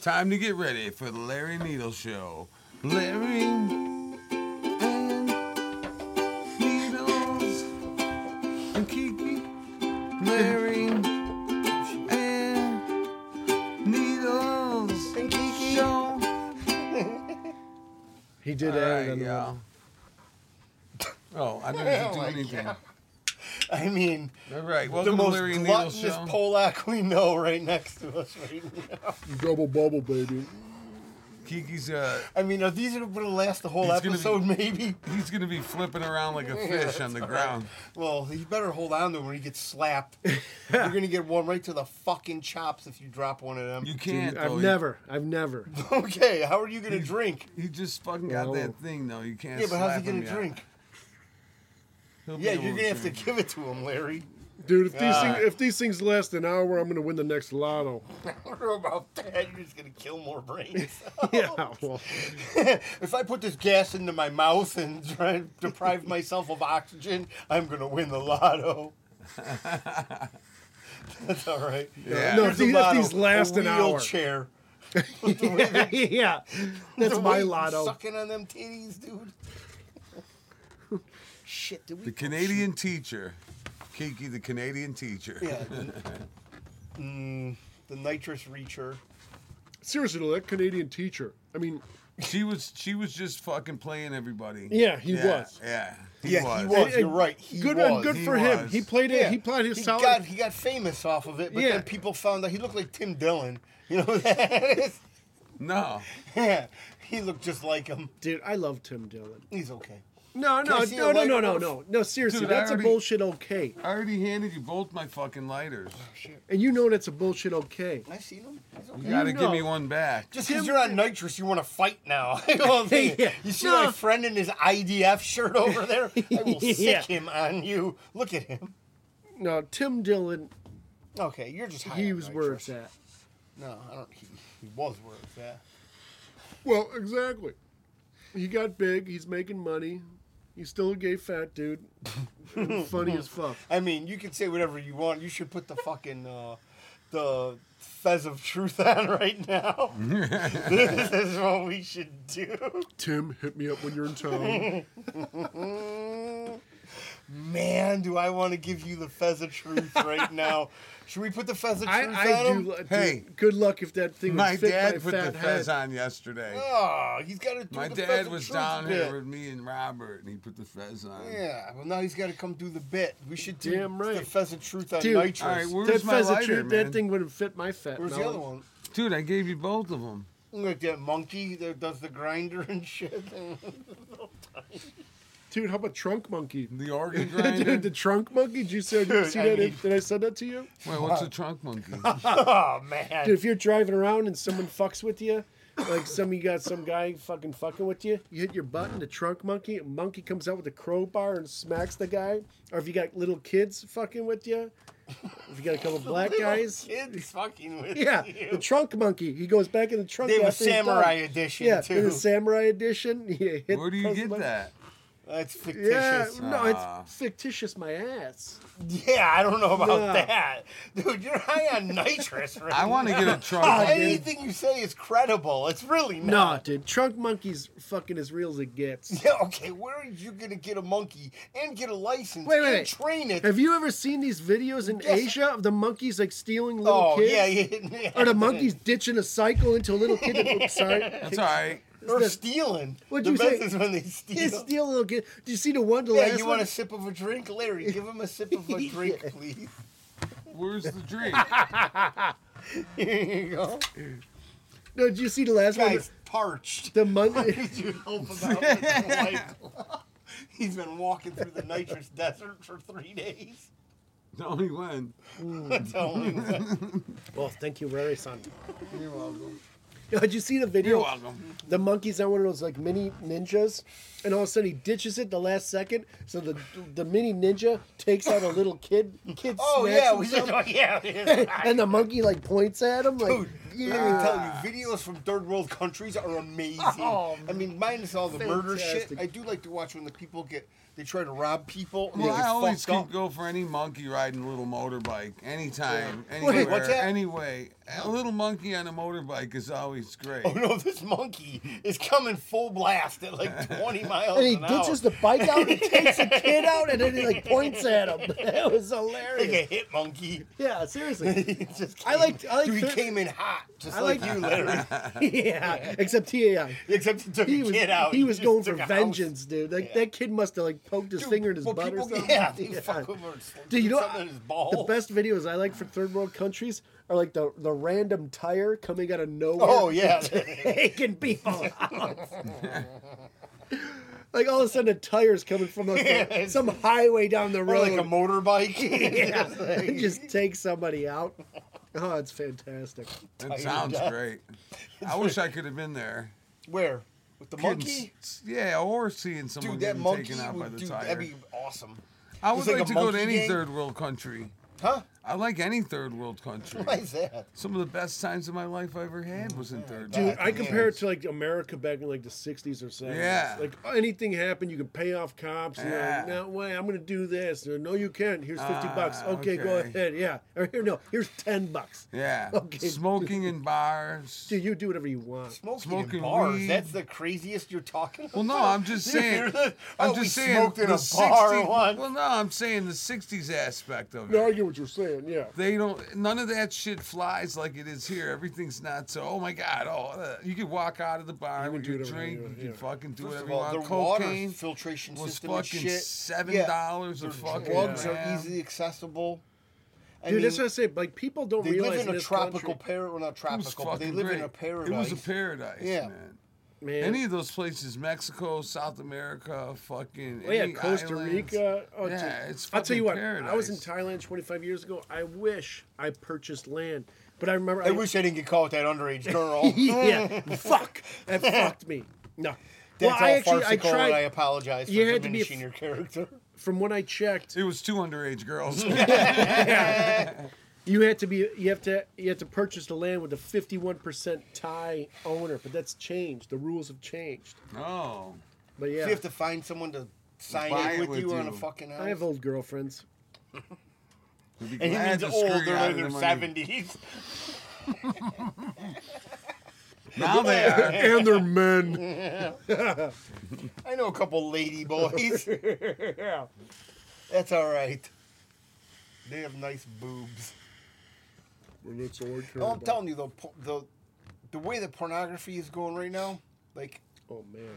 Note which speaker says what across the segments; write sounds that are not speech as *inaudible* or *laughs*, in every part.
Speaker 1: Time to get ready for the Larry Needle Show. Larry and Needles and Kiki. Larry and Needles
Speaker 2: And Kiki.
Speaker 1: Show.
Speaker 3: He did
Speaker 1: All
Speaker 3: add
Speaker 1: right,
Speaker 3: another
Speaker 4: uh,
Speaker 1: y'all.
Speaker 3: one.
Speaker 1: Oh, I didn't
Speaker 2: Oh
Speaker 1: do
Speaker 2: my
Speaker 1: anything.
Speaker 2: God.
Speaker 3: I mean,
Speaker 1: All right, welcome
Speaker 3: the
Speaker 1: to
Speaker 3: most
Speaker 1: Larry and Needles
Speaker 3: gluttonous
Speaker 1: Show.
Speaker 3: Polak we know right next to us right now.
Speaker 4: Double bubble, baby.
Speaker 1: Kiki's uh,
Speaker 3: I mean, are these going to last the whole
Speaker 1: He's gonna be-
Speaker 3: episode, *laughs* maybe?
Speaker 1: he's gonna be flipping around like a fish on
Speaker 2: *laughs*
Speaker 1: the ground.
Speaker 3: Well, he better hold on to him when he
Speaker 1: *laughs*
Speaker 3: gets slapped. You're going to get one right to the fucking chops if you drop one of them. *laughs*
Speaker 1: You can't.
Speaker 4: I've
Speaker 1: though. He-
Speaker 4: never, I've never.
Speaker 3: okay, how are you going to drink?
Speaker 1: He just fucking
Speaker 4: Yeah,
Speaker 1: got
Speaker 4: I
Speaker 1: that
Speaker 4: won't.
Speaker 1: thing though. You can't.
Speaker 3: Yeah, but how's
Speaker 1: slap
Speaker 3: he going
Speaker 1: him
Speaker 3: to
Speaker 1: yet.
Speaker 3: drink?
Speaker 1: He'll be
Speaker 3: Yeah,
Speaker 1: able
Speaker 3: you're going to have to
Speaker 1: drink.
Speaker 3: give it to him, Larry. *laughs*
Speaker 4: Dude, if these,
Speaker 3: God.
Speaker 4: things, if these things last an hour, I'm gonna win the next lotto.
Speaker 3: Don't worry about that. You're just going to kill more brains.
Speaker 4: *laughs*
Speaker 3: *laughs*
Speaker 4: *laughs* Yeah, well,
Speaker 3: if I put this gas into my mouth and *laughs* try and deprive myself of oxygen, I'm gonna win the lotto. *laughs* That's all right.
Speaker 1: Yeah.
Speaker 4: No,
Speaker 3: Here's the
Speaker 4: if these- if
Speaker 3: lotto,
Speaker 4: these last
Speaker 3: a
Speaker 4: an hour.
Speaker 3: Wheelchair.
Speaker 4: *laughs* yeah, *laughs* that's
Speaker 3: The
Speaker 4: my
Speaker 3: way you
Speaker 4: lotto.
Speaker 3: Sucking on them titties, dude. Shit, did we?
Speaker 1: The Canadian teacher, Kiki, the Canadian teacher.
Speaker 3: Yeah. Mm, the nitrous reacher.
Speaker 4: Seriously, though, that Canadian teacher. I mean,
Speaker 1: *laughs* She was she was just fucking playing everybody.
Speaker 4: Yeah, he was.
Speaker 1: Yeah, he
Speaker 3: yeah,
Speaker 1: was.
Speaker 3: he was. You're right. He
Speaker 4: good
Speaker 3: was.
Speaker 4: on good
Speaker 1: he
Speaker 4: for him.
Speaker 1: was.
Speaker 4: He played it.
Speaker 3: Yeah.
Speaker 4: He played his
Speaker 3: he
Speaker 4: solid.
Speaker 3: Got, he got famous off of it, but
Speaker 4: Yeah.
Speaker 3: then people found out he looked like Tim Dillon. You know *laughs* that is?
Speaker 1: No,
Speaker 3: Yeah, he looked just like him.
Speaker 4: Dude, I love Tim Dillon.
Speaker 3: He's okay.
Speaker 4: No,
Speaker 3: Can
Speaker 4: no,
Speaker 3: I see
Speaker 4: no,
Speaker 3: a
Speaker 4: no,
Speaker 3: light
Speaker 4: no, no,
Speaker 3: bulb?
Speaker 4: no, no. Seriously,
Speaker 1: Dude, I
Speaker 4: that's a
Speaker 1: already-
Speaker 4: bullshit. Okay,
Speaker 1: I already handed you both my fucking lighters.
Speaker 4: Oh,
Speaker 3: Shit,
Speaker 4: and you know that's a bullshit. Okay.
Speaker 3: I seen him. He's
Speaker 1: You
Speaker 3: okay.
Speaker 1: gotta give
Speaker 4: know.
Speaker 1: me one back.
Speaker 3: Just because you're on nitrous, you want to fight now. *laughs* I don't think-
Speaker 4: *laughs* Yeah.
Speaker 3: You see
Speaker 4: No.
Speaker 3: my friend in his IDF shirt over
Speaker 4: *laughs*
Speaker 3: there? I will sick
Speaker 4: Yeah.
Speaker 3: him on you. Look at him.
Speaker 4: No, Tim Dillon.
Speaker 3: Okay, you're just high
Speaker 4: He
Speaker 3: on
Speaker 4: was where
Speaker 3: nitrous.
Speaker 4: it's at.
Speaker 3: No, I don't. He, he was where it's at.
Speaker 4: Well, exactly. He got big. He's making money. He's still a gay
Speaker 1: *laughs*
Speaker 4: fat dude. Funny as fuck.
Speaker 3: I mean, you can say whatever you want. You should put the fucking uh, the fez of truth *laughs* on right
Speaker 4: *laughs*
Speaker 3: now. *laughs* this is what we should do.
Speaker 4: Tim, hit me up when you're
Speaker 1: *laughs*
Speaker 4: in town.
Speaker 3: Man, do I want to give you the fez of truth
Speaker 4: *laughs*
Speaker 3: right now? Should we put the fez of truth on?
Speaker 4: I, I
Speaker 3: him?
Speaker 4: do. li-
Speaker 1: Hey.
Speaker 4: dude, good luck if that thing. would
Speaker 1: My
Speaker 4: fit
Speaker 1: dad
Speaker 4: my
Speaker 1: put
Speaker 4: fat
Speaker 1: the fez
Speaker 4: head.
Speaker 1: on yesterday.
Speaker 3: Oh, he's got to do
Speaker 1: my
Speaker 3: the
Speaker 1: dad
Speaker 3: fez of
Speaker 1: was
Speaker 3: truth
Speaker 1: down
Speaker 3: bit.
Speaker 1: here with me and Robert, and he put the fez on.
Speaker 3: Yeah, well now he's got to come do the bit. We should do
Speaker 4: Damn right.
Speaker 3: the fez of truth on
Speaker 4: Dude.
Speaker 3: nitrous.
Speaker 1: All right, where's
Speaker 4: That
Speaker 1: my
Speaker 4: fez of
Speaker 1: lighter,
Speaker 4: truth.
Speaker 1: man?
Speaker 4: That thing wouldn't fit my fat.
Speaker 3: Where's the
Speaker 4: melon.
Speaker 3: other one?
Speaker 1: Dude, I gave you both of them.
Speaker 3: Like that monkey that does the grinder and
Speaker 4: *laughs*
Speaker 3: shit.
Speaker 4: Dude, how about trunk monkey?
Speaker 1: The
Speaker 3: *laughs*
Speaker 1: organ grinder.
Speaker 4: *laughs* Dude, the trunk monkey. Did you say?
Speaker 1: *laughs*
Speaker 4: Did you
Speaker 3: Dude,
Speaker 4: see
Speaker 3: I
Speaker 4: that?
Speaker 3: mean-
Speaker 4: Did I send that to you?
Speaker 1: Wait,
Speaker 3: *laughs*
Speaker 1: what's a trunk monkey?
Speaker 3: oh man.
Speaker 4: Dude, if you're driving around and someone fucks with you, like some you got some guy fucking fucking with you, you hit your button, the trunk monkey, a monkey comes out with a crowbar and smacks the guy. Or if you got little kids fucking with you, if you got a couple black
Speaker 3: Little
Speaker 4: guys,
Speaker 3: Kids fucking with
Speaker 4: yeah,
Speaker 3: you.
Speaker 4: the trunk monkey. He goes back in the trunk.
Speaker 3: They have a
Speaker 4: after he's done.
Speaker 3: samurai edition
Speaker 4: Yeah,
Speaker 3: too.
Speaker 4: in the samurai edition. *laughs* Yeah, hit
Speaker 1: Where do you
Speaker 4: comes
Speaker 1: get
Speaker 4: my-
Speaker 1: that?
Speaker 3: That's
Speaker 4: Yeah,
Speaker 3: fictitious.
Speaker 4: no,
Speaker 1: Ah.
Speaker 4: it's fictitious. My ass.
Speaker 3: Yeah, I don't know about
Speaker 4: No.
Speaker 3: that, dude. You're high on nitrous *laughs* right
Speaker 1: I want to get a trunk.
Speaker 3: now.
Speaker 1: monkey.
Speaker 3: Anything you say is credible. It's really
Speaker 4: Nah,
Speaker 3: not.
Speaker 4: dude, trunk monkey's fucking as real as it gets.
Speaker 3: *laughs* Yeah, okay, where are you gonna get a monkey and get a license
Speaker 4: Wait, wait,
Speaker 3: and
Speaker 4: wait.
Speaker 3: train it?
Speaker 4: Have you ever seen these videos in
Speaker 3: Yes.
Speaker 4: Asia of the monkeys like stealing little
Speaker 3: oh
Speaker 4: kids?
Speaker 3: yeah, yeah, yeah.
Speaker 4: Or the monkeys ditching a cycle into a little kid. That, oops, sorry.
Speaker 1: That's all right.
Speaker 3: *laughs* Or
Speaker 4: This-
Speaker 3: stealing.
Speaker 4: What'd
Speaker 3: the
Speaker 4: you
Speaker 3: best
Speaker 4: say?
Speaker 3: is when they steal.
Speaker 4: Yeah, steal a little kid. Do you see the one?
Speaker 3: *laughs*
Speaker 4: The
Speaker 3: yeah,
Speaker 4: last
Speaker 3: you
Speaker 4: one?
Speaker 3: want a sip of a drink,
Speaker 4: *laughs*
Speaker 3: Larry? Give him a sip of a drink, please. *laughs*
Speaker 1: Where's the drink?
Speaker 3: Here you go.
Speaker 4: No, did you see the last one?
Speaker 3: Guy's parched. *laughs*
Speaker 4: The *laughs* monkey.
Speaker 3: Did you help him out with the white- *laughs* He's been walking through the nitrous *laughs* desert for three days.
Speaker 1: Tell me when.
Speaker 3: *laughs* Tell me
Speaker 4: *laughs*
Speaker 3: what.
Speaker 4: well, thank you very son.
Speaker 3: You're welcome.
Speaker 4: No, *laughs* did you see the
Speaker 1: You're
Speaker 4: video?
Speaker 1: welcome.
Speaker 4: The monkey's on one of those like mini ninjas, and all of a sudden he ditches it the last second. So the the mini ninja takes out a little kid. Kid
Speaker 3: *laughs* Oh
Speaker 4: smacks
Speaker 3: yeah, we
Speaker 4: himself, *laughs*
Speaker 3: did. Oh *laughs* yeah.
Speaker 4: and the monkey like points at him like
Speaker 3: Dude, Let me tell you, videos from third world countries are amazing.
Speaker 4: Oh,
Speaker 3: I mean, minus all the murder shit,
Speaker 5: fantastic.
Speaker 3: I do like to watch when the people get they try to rob people. And
Speaker 1: Well,
Speaker 3: they
Speaker 1: I
Speaker 3: get
Speaker 1: always
Speaker 3: fucked
Speaker 1: can
Speaker 3: up.
Speaker 1: go for any monkey riding little motorbike, anytime,
Speaker 3: Wait,
Speaker 1: anywhere,
Speaker 3: what's that?
Speaker 1: anyway. A little monkey on a motorbike is always great.
Speaker 3: *laughs* Oh no, this monkey is coming full blast at
Speaker 4: *laughs*
Speaker 3: like 20 miles
Speaker 4: And he
Speaker 3: an
Speaker 4: ditches
Speaker 3: hour.
Speaker 4: the bike
Speaker 3: *laughs*
Speaker 4: out and takes the kid out and then he like points at him. *laughs* That was hilarious.
Speaker 3: like a hit monkey. *laughs*
Speaker 4: Yeah, seriously. *laughs*
Speaker 3: He just
Speaker 4: I liked- I liked
Speaker 3: Dude, he
Speaker 4: thir-
Speaker 3: came in hot, just
Speaker 4: I
Speaker 3: like,
Speaker 4: liked-
Speaker 3: you, Larry.
Speaker 4: *laughs* yeah, except TAI.
Speaker 3: Except he took
Speaker 4: He
Speaker 3: a
Speaker 4: was,
Speaker 3: kid out.
Speaker 4: he was
Speaker 3: just
Speaker 4: going for
Speaker 3: took a house.
Speaker 4: vengeance, dude. Like,
Speaker 3: Yeah.
Speaker 4: That kid must have like poked his
Speaker 3: Dude,
Speaker 4: finger in his
Speaker 3: well,
Speaker 4: butt or
Speaker 3: people-
Speaker 4: something. *laughs*
Speaker 3: Yeah, they
Speaker 4: Yeah.
Speaker 3: fuck him or sl-
Speaker 4: Dude, you know,
Speaker 3: something in his ball.
Speaker 4: The best videos I like for third world countries are like the, the random tire coming out
Speaker 1: *laughs*
Speaker 4: of nowhere.
Speaker 3: Oh
Speaker 4: *laughs*
Speaker 3: yeah.
Speaker 4: taking people out. *laughs* like all of a sudden, a tire's coming from like, the-
Speaker 3: *laughs*
Speaker 4: some highway down the
Speaker 3: *laughs* or
Speaker 4: road.
Speaker 3: like
Speaker 1: Oh. *laughs*
Speaker 3: a motorbike.
Speaker 4: yeah, just take somebody out. Oh, it's fantastic.
Speaker 1: That sounds
Speaker 3: death.
Speaker 1: great.
Speaker 3: *laughs*
Speaker 1: I wish I could have been there.
Speaker 3: Where? With the
Speaker 1: Getting
Speaker 3: monkey?
Speaker 1: s- Yeah, or seeing someone
Speaker 3: Dude, that
Speaker 1: getting
Speaker 3: monkey
Speaker 1: taken out by
Speaker 3: would
Speaker 1: the
Speaker 3: dude,
Speaker 1: tire.
Speaker 3: that'd be awesome.
Speaker 1: I would
Speaker 3: It's
Speaker 1: like,
Speaker 3: like a
Speaker 1: to go to
Speaker 3: monkey
Speaker 1: any
Speaker 3: gang?
Speaker 1: third world country.
Speaker 3: Huh? *laughs*
Speaker 1: I like any third world country.
Speaker 3: Why is that?
Speaker 1: Some of the best times of my life I ever had was in third
Speaker 3: Dude,
Speaker 1: world.
Speaker 5: Dude, I
Speaker 3: Fucking
Speaker 5: compare
Speaker 3: is.
Speaker 5: it to like America back in like the '60s or '70s.
Speaker 1: Yeah.
Speaker 5: Like anything happened, you could pay off cops. you know,
Speaker 1: Yeah.
Speaker 5: no way, I'm gonna do this. Or, no, you can't. Here's fifty
Speaker 1: Ah,
Speaker 5: bucks. Okay, go
Speaker 1: okay.
Speaker 5: ahead. Yeah. Or here, no, here's ten bucks.
Speaker 1: Yeah.
Speaker 5: *laughs* Okay.
Speaker 1: Smoking in bars.
Speaker 5: Dude, you do whatever you want.
Speaker 3: Smoking,
Speaker 1: Smoking
Speaker 3: in bars.
Speaker 1: weed.
Speaker 3: That's the craziest you're talking about.
Speaker 1: Well, no, I'm just
Speaker 5: *laughs*
Speaker 3: *laughs* Dude,
Speaker 1: saying.
Speaker 3: you're-
Speaker 1: I'm
Speaker 3: oh, we
Speaker 1: just saying.
Speaker 3: smoked in
Speaker 1: the
Speaker 3: a bar
Speaker 1: 60
Speaker 3: once.
Speaker 1: Well, no, I'm saying the '60s aspect of it.
Speaker 5: No, I get what you're saying. Yeah.
Speaker 1: They don't. None of that shit flies like it is here. Everything's not so. Oh my God! Oh, uh, you could walk out of the
Speaker 5: You
Speaker 1: bar
Speaker 5: can
Speaker 1: with
Speaker 5: do
Speaker 1: your
Speaker 5: whatever you
Speaker 1: drink. You
Speaker 5: want,
Speaker 1: can
Speaker 5: yeah.
Speaker 1: fucking do
Speaker 3: First
Speaker 1: whatever
Speaker 3: of
Speaker 1: you
Speaker 3: all, their
Speaker 1: want.
Speaker 3: water
Speaker 1: Cocaine
Speaker 3: filtration
Speaker 1: was
Speaker 3: system and
Speaker 1: fucking
Speaker 3: shit.
Speaker 1: seven
Speaker 3: Yeah.
Speaker 1: dollars a
Speaker 3: Their
Speaker 1: fucking
Speaker 3: Drugs are
Speaker 1: gram.
Speaker 3: easily accessible. I
Speaker 5: Dude,
Speaker 3: mean,
Speaker 5: that's what I say. Like people don't
Speaker 3: they
Speaker 5: realize
Speaker 3: live in a
Speaker 5: this
Speaker 3: tropical
Speaker 5: country-
Speaker 3: paradise. Well, not
Speaker 1: It was
Speaker 3: tropical, but they
Speaker 1: fucking
Speaker 3: live in
Speaker 1: great.
Speaker 3: a paradise.
Speaker 1: It was a paradise,
Speaker 3: Yeah.
Speaker 1: man.
Speaker 5: man.
Speaker 1: Any of those places, Mexico, South America, fucking.
Speaker 5: Oh yeah,
Speaker 1: any
Speaker 5: Costa
Speaker 1: islands.
Speaker 5: Rica. Oh,
Speaker 1: Yeah,
Speaker 5: dude.
Speaker 1: it's
Speaker 5: I'll tell you what.
Speaker 1: fucking
Speaker 5: I was in Thailand 25 years ago. I wish I purchased land, but I remember.
Speaker 3: I wish I didn't get caught with that underage
Speaker 1: *laughs*
Speaker 3: *laughs* girl.
Speaker 5: *laughs* yeah. Fuck. That fucked me. No.
Speaker 3: That's
Speaker 5: well,
Speaker 3: all
Speaker 5: I actually I
Speaker 3: farcical, and I
Speaker 5: tried.
Speaker 3: apologize for
Speaker 5: You had to be a
Speaker 3: diminishing
Speaker 5: f-
Speaker 3: your
Speaker 1: *laughs*
Speaker 3: character.
Speaker 5: From when I checked,
Speaker 1: It was two underage
Speaker 3: *laughs*
Speaker 1: girls.
Speaker 5: *laughs* you had to be you have to you have to purchase the land with a 51% Thai owner, but that's changed. The rules have changed.
Speaker 1: no.
Speaker 5: But yeah,
Speaker 3: You have to find someone to sign
Speaker 1: Buy it
Speaker 3: in with,
Speaker 1: with
Speaker 3: you on a
Speaker 1: you.
Speaker 3: fucking house.
Speaker 5: I have old girlfriends.
Speaker 1: We'd be
Speaker 3: and he
Speaker 1: glad to
Speaker 3: means old;
Speaker 1: screw you out
Speaker 3: they're
Speaker 1: of
Speaker 3: in their
Speaker 1: the money.
Speaker 3: seventies.
Speaker 1: Now they are.
Speaker 5: and they're *laughs* men.
Speaker 3: I know a
Speaker 1: *laughs*
Speaker 3: couple lady boys. That's all right. They have nice boobs.
Speaker 5: Well, that's all I care
Speaker 3: No, I'm
Speaker 5: about.
Speaker 3: telling you, the po- the the way that pornography is going right now, like
Speaker 5: Oh man.
Speaker 3: *laughs*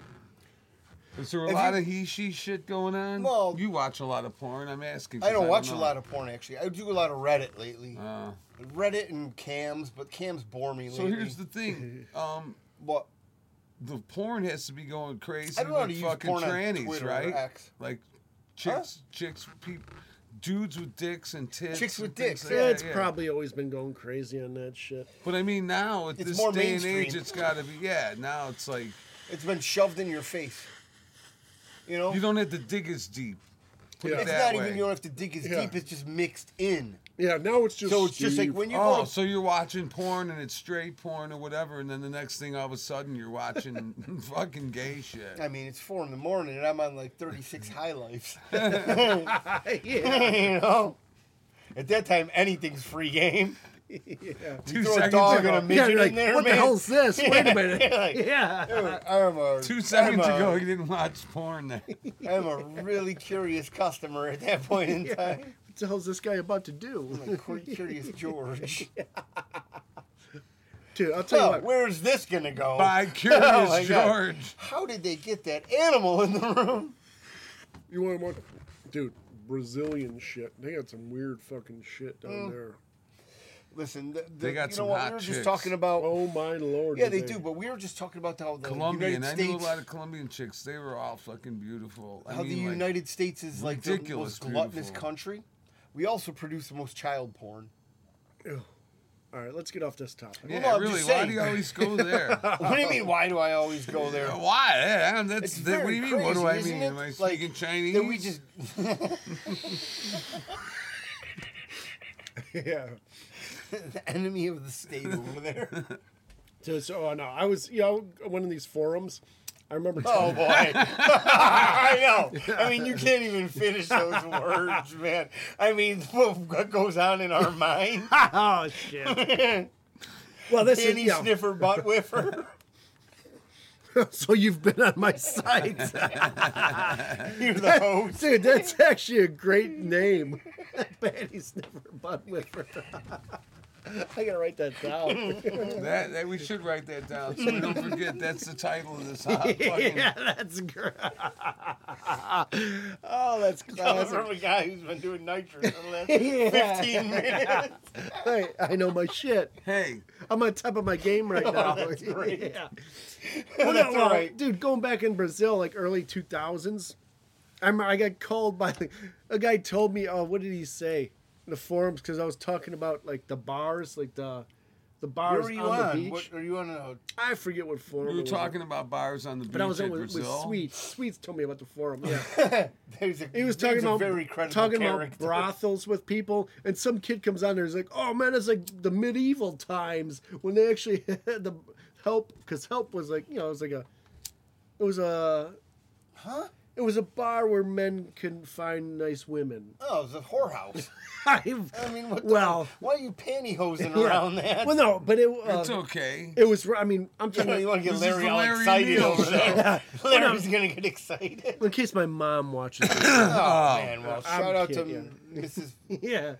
Speaker 1: Is there a
Speaker 3: If
Speaker 1: lot
Speaker 3: you-
Speaker 1: of he she shit going on?
Speaker 3: Well-
Speaker 1: you watch a lot of porn. I'm asking. 'cause
Speaker 3: I don't watch
Speaker 1: know.
Speaker 3: a lot of porn actually. I do a lot of Reddit lately.
Speaker 1: Uh,
Speaker 3: Reddit and cams, but cams bore me
Speaker 1: so
Speaker 3: lately.
Speaker 1: here's the
Speaker 3: *laughs*
Speaker 1: thing. Um,
Speaker 3: what
Speaker 1: the porn has to be going crazy
Speaker 3: I don't know how
Speaker 1: with
Speaker 3: to use
Speaker 1: fucking
Speaker 3: porn on
Speaker 1: trannies,
Speaker 3: Twitter or
Speaker 1: right?
Speaker 3: X.
Speaker 1: Like chicks, chicks, peop, dudes with dicks and tits.
Speaker 3: Chicks with
Speaker 1: and things
Speaker 3: dicks,
Speaker 1: like
Speaker 5: Yeah,
Speaker 1: that,
Speaker 5: it's probably always been going crazy on that shit.
Speaker 1: But I mean, now at
Speaker 3: It's
Speaker 1: this
Speaker 3: more
Speaker 1: day and age,
Speaker 3: mainstream.
Speaker 1: it's got to be. Yeah, now it's like
Speaker 3: it's been shoved in your face. You know,
Speaker 1: you don't have to dig as deep. Put
Speaker 5: Yeah.
Speaker 1: it
Speaker 3: it's
Speaker 1: that
Speaker 3: not
Speaker 1: way.
Speaker 3: even you don't have to dig as
Speaker 5: Yeah.
Speaker 3: deep. It's just mixed in.
Speaker 5: Yeah, now it's just
Speaker 3: So it's just like
Speaker 5: Steve.
Speaker 3: when you
Speaker 1: oh,
Speaker 3: go to
Speaker 1: so you're watching porn and it's straight porn or whatever, and then the next thing all of a sudden you're
Speaker 3: *laughs*
Speaker 1: watching fucking gay shit.
Speaker 3: I mean, it's four in the morning, and I'm on like *laughs* 36 high lifes.
Speaker 5: *laughs* yeah.
Speaker 3: you know, at that time, anything's
Speaker 1: *laughs*
Speaker 3: free game.
Speaker 5: yeah.
Speaker 1: Two
Speaker 3: throw a
Speaker 1: seconds
Speaker 3: dog
Speaker 1: ago,
Speaker 3: in a mi-
Speaker 4: Yeah,
Speaker 3: Midget
Speaker 4: you're like,
Speaker 3: in there,
Speaker 4: what the
Speaker 3: man."
Speaker 4: hell's this? Wait a minute.
Speaker 3: like,
Speaker 4: Yeah.
Speaker 3: dude, I'm a,
Speaker 1: *laughs* two seconds
Speaker 3: I'm a-
Speaker 1: ago you didn't watch porn.
Speaker 3: *laughs*
Speaker 1: Then.
Speaker 3: I'm a
Speaker 1: *laughs*
Speaker 3: really curious customer at that point in time.
Speaker 4: What the hell's this guy about
Speaker 3: *laughs*
Speaker 4: to do?
Speaker 3: I'm a cur- curious
Speaker 1: *laughs*
Speaker 3: George.
Speaker 5: Dude, I'll tell
Speaker 3: So,
Speaker 5: you what.
Speaker 3: where's this gonna go?
Speaker 1: By Curious
Speaker 3: Oh my God. *laughs*
Speaker 1: George.
Speaker 3: How did they get that animal in the room?
Speaker 5: You want to watch, dude? Brazilian shit. They got some weird fucking shit down
Speaker 3: Mm.
Speaker 5: there.
Speaker 3: Listen, th-
Speaker 1: They
Speaker 3: th-
Speaker 1: got
Speaker 3: you know
Speaker 1: some
Speaker 3: what?
Speaker 1: hot
Speaker 3: we were
Speaker 1: chicks.
Speaker 3: just talking about.
Speaker 5: Oh my lord.
Speaker 3: yeah, they do, but we were just talking about how the
Speaker 1: Colombian.
Speaker 3: United
Speaker 1: I
Speaker 3: States,
Speaker 1: knew a lot of Colombian chicks. They were all fucking beautiful. I
Speaker 3: how
Speaker 1: mean,
Speaker 3: the
Speaker 1: like,
Speaker 3: United States is like the
Speaker 1: ridiculous
Speaker 3: most gluttonous
Speaker 1: beautiful.
Speaker 3: country. We also produce the most child
Speaker 1: *laughs*
Speaker 3: porn.
Speaker 5: All right, let's get off this topic.
Speaker 1: Yeah,
Speaker 3: Well, no, I'm
Speaker 1: really.
Speaker 3: just
Speaker 1: Why
Speaker 3: saying.
Speaker 1: do you always
Speaker 3: *laughs*
Speaker 1: go there?
Speaker 3: what do you mean? Why do I always go there?
Speaker 1: Why? Yeah, that's
Speaker 3: It's
Speaker 1: that, what do
Speaker 3: very
Speaker 1: you mean? What do I
Speaker 3: crazy,
Speaker 1: mean?
Speaker 3: isn't
Speaker 1: Am I
Speaker 3: it? Like,
Speaker 1: speaking Chinese?
Speaker 3: That we just *laughs*
Speaker 5: yeah.
Speaker 3: the enemy of the
Speaker 1: *laughs*
Speaker 3: state over there.
Speaker 5: *laughs* So, so oh, no, I was, you know, one of these forums. I remember. *laughs*
Speaker 3: Oh
Speaker 1: *laughs*
Speaker 3: boy! I know. I mean, you can't even finish those words, man. I mean, *laughs* what goes on in our
Speaker 1: *laughs*
Speaker 3: mind? *laughs*
Speaker 5: oh shit. well, this is
Speaker 3: Penny
Speaker 5: yeah.
Speaker 3: sniffer, butt
Speaker 1: *laughs*
Speaker 3: whiffer.
Speaker 5: *laughs*
Speaker 3: *laughs*
Speaker 4: so you've been on my site,
Speaker 3: You're the host. *laughs*
Speaker 4: dude. That's actually a great name. *laughs* Patty Sniffer Butt *laughs* Whipper.
Speaker 5: I gotta write that down.
Speaker 3: *laughs*
Speaker 4: *laughs*
Speaker 1: That, that we should write that down so we don't forget. That's the title of this hot fucking.
Speaker 4: *laughs* yeah,
Speaker 3: *laughs*
Speaker 4: that's great. oh, that's
Speaker 3: Coming
Speaker 4: classic.
Speaker 3: from a guy who's been doing nitrous for the last 15 minutes.
Speaker 4: Hey, I know my shit.
Speaker 1: Hey,
Speaker 4: I'm on top of my
Speaker 3: *laughs*
Speaker 4: game right now.
Speaker 3: Oh,
Speaker 4: *laughs*
Speaker 3: great. *laughs*
Speaker 4: Yeah.
Speaker 3: That's all right.
Speaker 4: Dude, going back in Brazil, like early 2000s, I remember I got called by a guy told me, oh, what did he say in the forums? Because I was talking about like the bars, like the the
Speaker 3: Where
Speaker 4: bars
Speaker 3: were you
Speaker 4: on, the
Speaker 3: on?
Speaker 4: beach.
Speaker 3: What, are you on a
Speaker 4: I forget what forum.
Speaker 1: we were
Speaker 4: it was.
Speaker 1: talking about bars on the beach
Speaker 4: But I was
Speaker 1: in
Speaker 4: in with, with
Speaker 1: Brazil.
Speaker 4: Sweets. Sweets told me about
Speaker 3: *laughs*
Speaker 4: the forum. Yeah,
Speaker 3: There's a,
Speaker 5: He was
Speaker 3: there's
Speaker 5: talking
Speaker 3: a
Speaker 5: about
Speaker 3: very credible
Speaker 4: talking about
Speaker 3: character.
Speaker 4: brothels with people, and some kid comes on there. He's like, "Oh man, it's like the medieval times when they actually *laughs* had the help, because help was like you know it was like a, it was a,
Speaker 3: Huh?
Speaker 4: it was a bar where men can find nice women. *laughs*
Speaker 3: Oh, it's a whorehouse.
Speaker 4: I've,
Speaker 3: I mean, what
Speaker 4: Well-
Speaker 3: the, why are you pantyhosing
Speaker 4: Yeah.
Speaker 3: around that?
Speaker 4: well, no, but it
Speaker 1: It's
Speaker 4: uh,
Speaker 1: okay.
Speaker 4: it was. I mean, I'm
Speaker 3: *laughs* you, know,
Speaker 4: talking.
Speaker 3: you want to get
Speaker 1: This is
Speaker 3: Larry
Speaker 1: the
Speaker 3: all
Speaker 1: Larry
Speaker 3: excited
Speaker 1: Neal
Speaker 3: over
Speaker 1: show.
Speaker 3: *laughs* there. Larry's going to get excited.
Speaker 4: *laughs* in case my mom watches. This. *laughs*
Speaker 3: Oh, man. Well,
Speaker 4: I'm
Speaker 3: shout out to
Speaker 4: kidding.
Speaker 3: Mrs.
Speaker 4: yeah.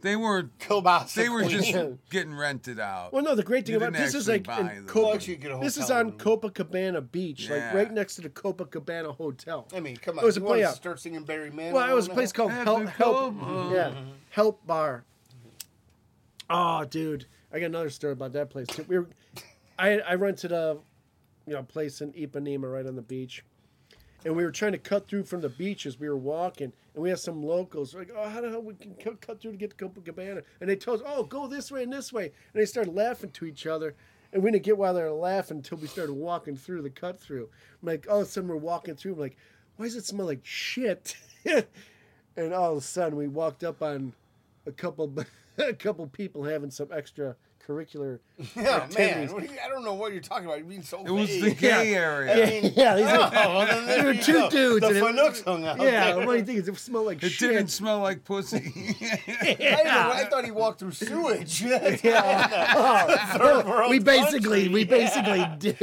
Speaker 1: They were
Speaker 3: Kilbasa.
Speaker 1: they were
Speaker 3: Queen.
Speaker 1: just
Speaker 4: Queen.
Speaker 1: getting rented out.
Speaker 4: Well, no, the great thing
Speaker 1: You
Speaker 4: about
Speaker 1: didn't
Speaker 4: this is
Speaker 1: actually
Speaker 4: like
Speaker 1: buy
Speaker 4: in
Speaker 1: the-
Speaker 4: Copa-
Speaker 3: Well, actually, get a
Speaker 4: This is
Speaker 3: hotel
Speaker 4: on
Speaker 3: room.
Speaker 4: Copacabana Beach,
Speaker 1: Yeah.
Speaker 4: like right next to the Copacabana Hotel.
Speaker 3: I mean, come on.
Speaker 4: It was a
Speaker 3: you want to
Speaker 4: play-out.
Speaker 3: start singing Barry Manilow?
Speaker 4: Well, it was a
Speaker 3: now?
Speaker 4: place called
Speaker 1: Have
Speaker 4: Help
Speaker 1: a
Speaker 4: Help.
Speaker 1: Copa.
Speaker 4: Yeah, Help Bar. Oh, dude, I got another story about that place too. We were, I I rented a, you know, place in Ipanema right on the beach, and we were trying to cut through from the beach as we were walking, and we had some locals like, oh, how the hell we can cut, cut through to get to Copacabana? And they told us, oh, go this way and this way, and they started laughing to each other. And we didn't get why they were laughing until we started walking through the cut through. I'm like, all of a sudden we're walking through. I'm like, why does it smell like shit? *laughs* and all of a sudden we walked up on a couple *laughs* a couple people having some extra
Speaker 3: *laughs*
Speaker 4: curricular
Speaker 3: Yeah, man.
Speaker 4: activities.
Speaker 3: What do you, I don't know what you're talking about. You're being so
Speaker 1: It was the
Speaker 3: vague.
Speaker 1: gay
Speaker 4: Yeah.
Speaker 1: area.
Speaker 3: I mean,
Speaker 4: yeah, he's
Speaker 3: oh,
Speaker 4: like,
Speaker 3: well, then there
Speaker 4: There were
Speaker 3: you
Speaker 4: two
Speaker 3: go.
Speaker 4: dudes
Speaker 3: The
Speaker 4: in it.
Speaker 3: Fanucs hung out.
Speaker 4: yeah,
Speaker 3: there.
Speaker 4: what do you think? It smelled like
Speaker 1: It
Speaker 4: shit.
Speaker 1: didn't smell like pussy. *laughs*
Speaker 3: I, didn't know- I thought he walked through sewage. *laughs* yeah. *laughs*
Speaker 4: Oh, we basically, we basically
Speaker 3: I
Speaker 4: did.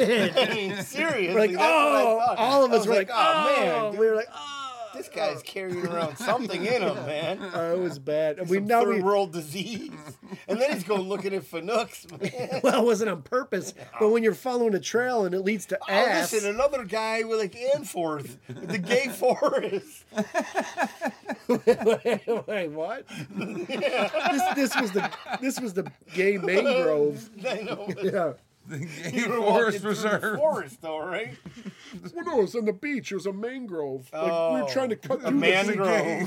Speaker 3: mean, seriously.
Speaker 4: We're *laughs* like,
Speaker 3: that's what I
Speaker 4: oh,
Speaker 3: thought.
Speaker 4: all of
Speaker 3: I
Speaker 4: us
Speaker 3: was
Speaker 4: were like,
Speaker 3: oh, man,
Speaker 4: we
Speaker 3: dude,
Speaker 4: were like, oh,
Speaker 3: this guy's carrying around something in him,
Speaker 4: *laughs*
Speaker 3: man.
Speaker 4: oh, it was bad. And we
Speaker 3: Some
Speaker 4: now
Speaker 3: third
Speaker 4: we
Speaker 3: world disease. And then he's going looking at Fanucs,
Speaker 4: *laughs*
Speaker 3: man.
Speaker 4: well, it wasn't on purpose, but when you're following a trail and it leads to
Speaker 3: Oh,
Speaker 4: ass,
Speaker 3: listen, another guy with like Anforth, with the gay forest. *laughs*
Speaker 4: *laughs* wait,
Speaker 3: *laughs*
Speaker 4: wait, what? this, this was the this was the
Speaker 3: *laughs*
Speaker 4: gay mangrove.
Speaker 3: I know.
Speaker 4: *laughs* Yeah.
Speaker 1: the gay
Speaker 3: You were walking
Speaker 1: forest
Speaker 3: through the
Speaker 1: reserve.
Speaker 3: forest, though, right?
Speaker 4: Well, no, it was on the beach. It was a mangrove. Like we
Speaker 3: Oh.
Speaker 4: were trying to cut
Speaker 3: A
Speaker 4: through this-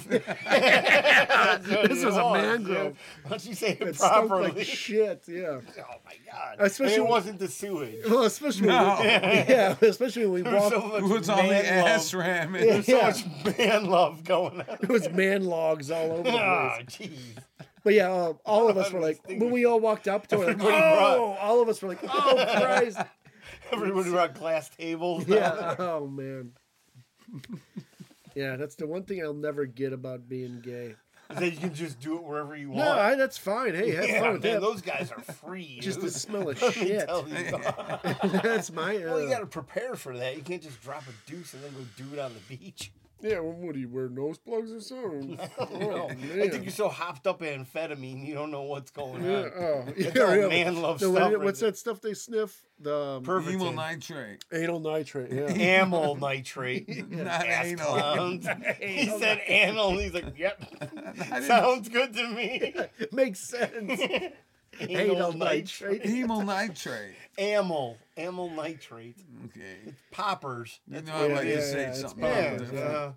Speaker 3: *laughs* mangrove.
Speaker 4: *laughs* This was a mangrove.
Speaker 3: Oh, Why don't you say it,
Speaker 4: It smelled
Speaker 3: properly? *laughs*
Speaker 4: like shit. Yeah.
Speaker 3: oh my god!
Speaker 4: Especially
Speaker 3: and it
Speaker 4: when-
Speaker 3: wasn't the sewage.
Speaker 4: Well, especially
Speaker 1: No.
Speaker 4: when we, *laughs* yeah, especially when we
Speaker 3: There was
Speaker 4: walked.
Speaker 3: so much
Speaker 1: It was
Speaker 3: man
Speaker 1: on the
Speaker 3: love.
Speaker 1: ass ramen.
Speaker 4: *laughs*
Speaker 3: There's so
Speaker 4: Yeah.
Speaker 3: much man love going on.
Speaker 4: It was man logs
Speaker 3: *laughs*
Speaker 4: all over the
Speaker 3: Ah,
Speaker 4: place.
Speaker 3: jeez.
Speaker 4: But yeah, um, all of us were like,
Speaker 3: Distinguished.
Speaker 4: when we all walked up
Speaker 3: *laughs*
Speaker 4: to it, like,
Speaker 3: Everybody brought-
Speaker 4: oh, all of us were like, oh
Speaker 3: *laughs*
Speaker 4: Christ,
Speaker 3: Everybody around glass tables.
Speaker 4: yeah, oh man, yeah. That's the one thing I'll never get about being gay.
Speaker 3: That you can just do it wherever you want.
Speaker 4: No, I, that's fine. Hey, have
Speaker 3: yeah,
Speaker 4: fun
Speaker 3: man,
Speaker 4: with that.
Speaker 3: those guys are free.
Speaker 4: *laughs* Just the
Speaker 3: dude.
Speaker 4: smell of
Speaker 3: *laughs* Let me
Speaker 4: shit. *laughs*
Speaker 3: tell you.
Speaker 4: that's my. Uh,
Speaker 3: *laughs* Well, you got to prepare for that. You can't just drop a deuce and then go do it on the beach.
Speaker 4: Yeah, well, what do you wear nose plugs
Speaker 3: *laughs*
Speaker 4: or something?
Speaker 3: No,
Speaker 4: oh
Speaker 3: I think
Speaker 4: man.
Speaker 3: you're so hopped up in amphetamine, you don't know what's going
Speaker 4: Yeah,
Speaker 3: on.
Speaker 4: oh, yeah,
Speaker 3: all
Speaker 4: yeah.
Speaker 3: man love
Speaker 4: The-
Speaker 3: stuff right
Speaker 4: What's
Speaker 3: there.
Speaker 4: that stuff they sniff? The um,
Speaker 3: Pervitin.
Speaker 1: Evil nitrate.
Speaker 4: anal nitrate. Yeah.
Speaker 3: amyl nitrate.
Speaker 1: Not
Speaker 3: Ass
Speaker 1: anal.
Speaker 3: clowns. he said anal. He's like, yep.
Speaker 1: *laughs* I didn't-
Speaker 3: Sounds good to me.
Speaker 4: *laughs*
Speaker 3: *laughs*
Speaker 4: Makes sense. anal nitrate.
Speaker 1: Hemal nitrate.
Speaker 3: Amyl. Amyl nitrate.
Speaker 1: Okay.
Speaker 3: Poppers.
Speaker 1: You
Speaker 3: That's
Speaker 1: know
Speaker 3: what
Speaker 1: I
Speaker 3: it
Speaker 1: like to
Speaker 3: is.
Speaker 4: yeah,
Speaker 1: say
Speaker 4: it's
Speaker 1: something.
Speaker 3: Yeah.
Speaker 1: different.
Speaker 3: uh,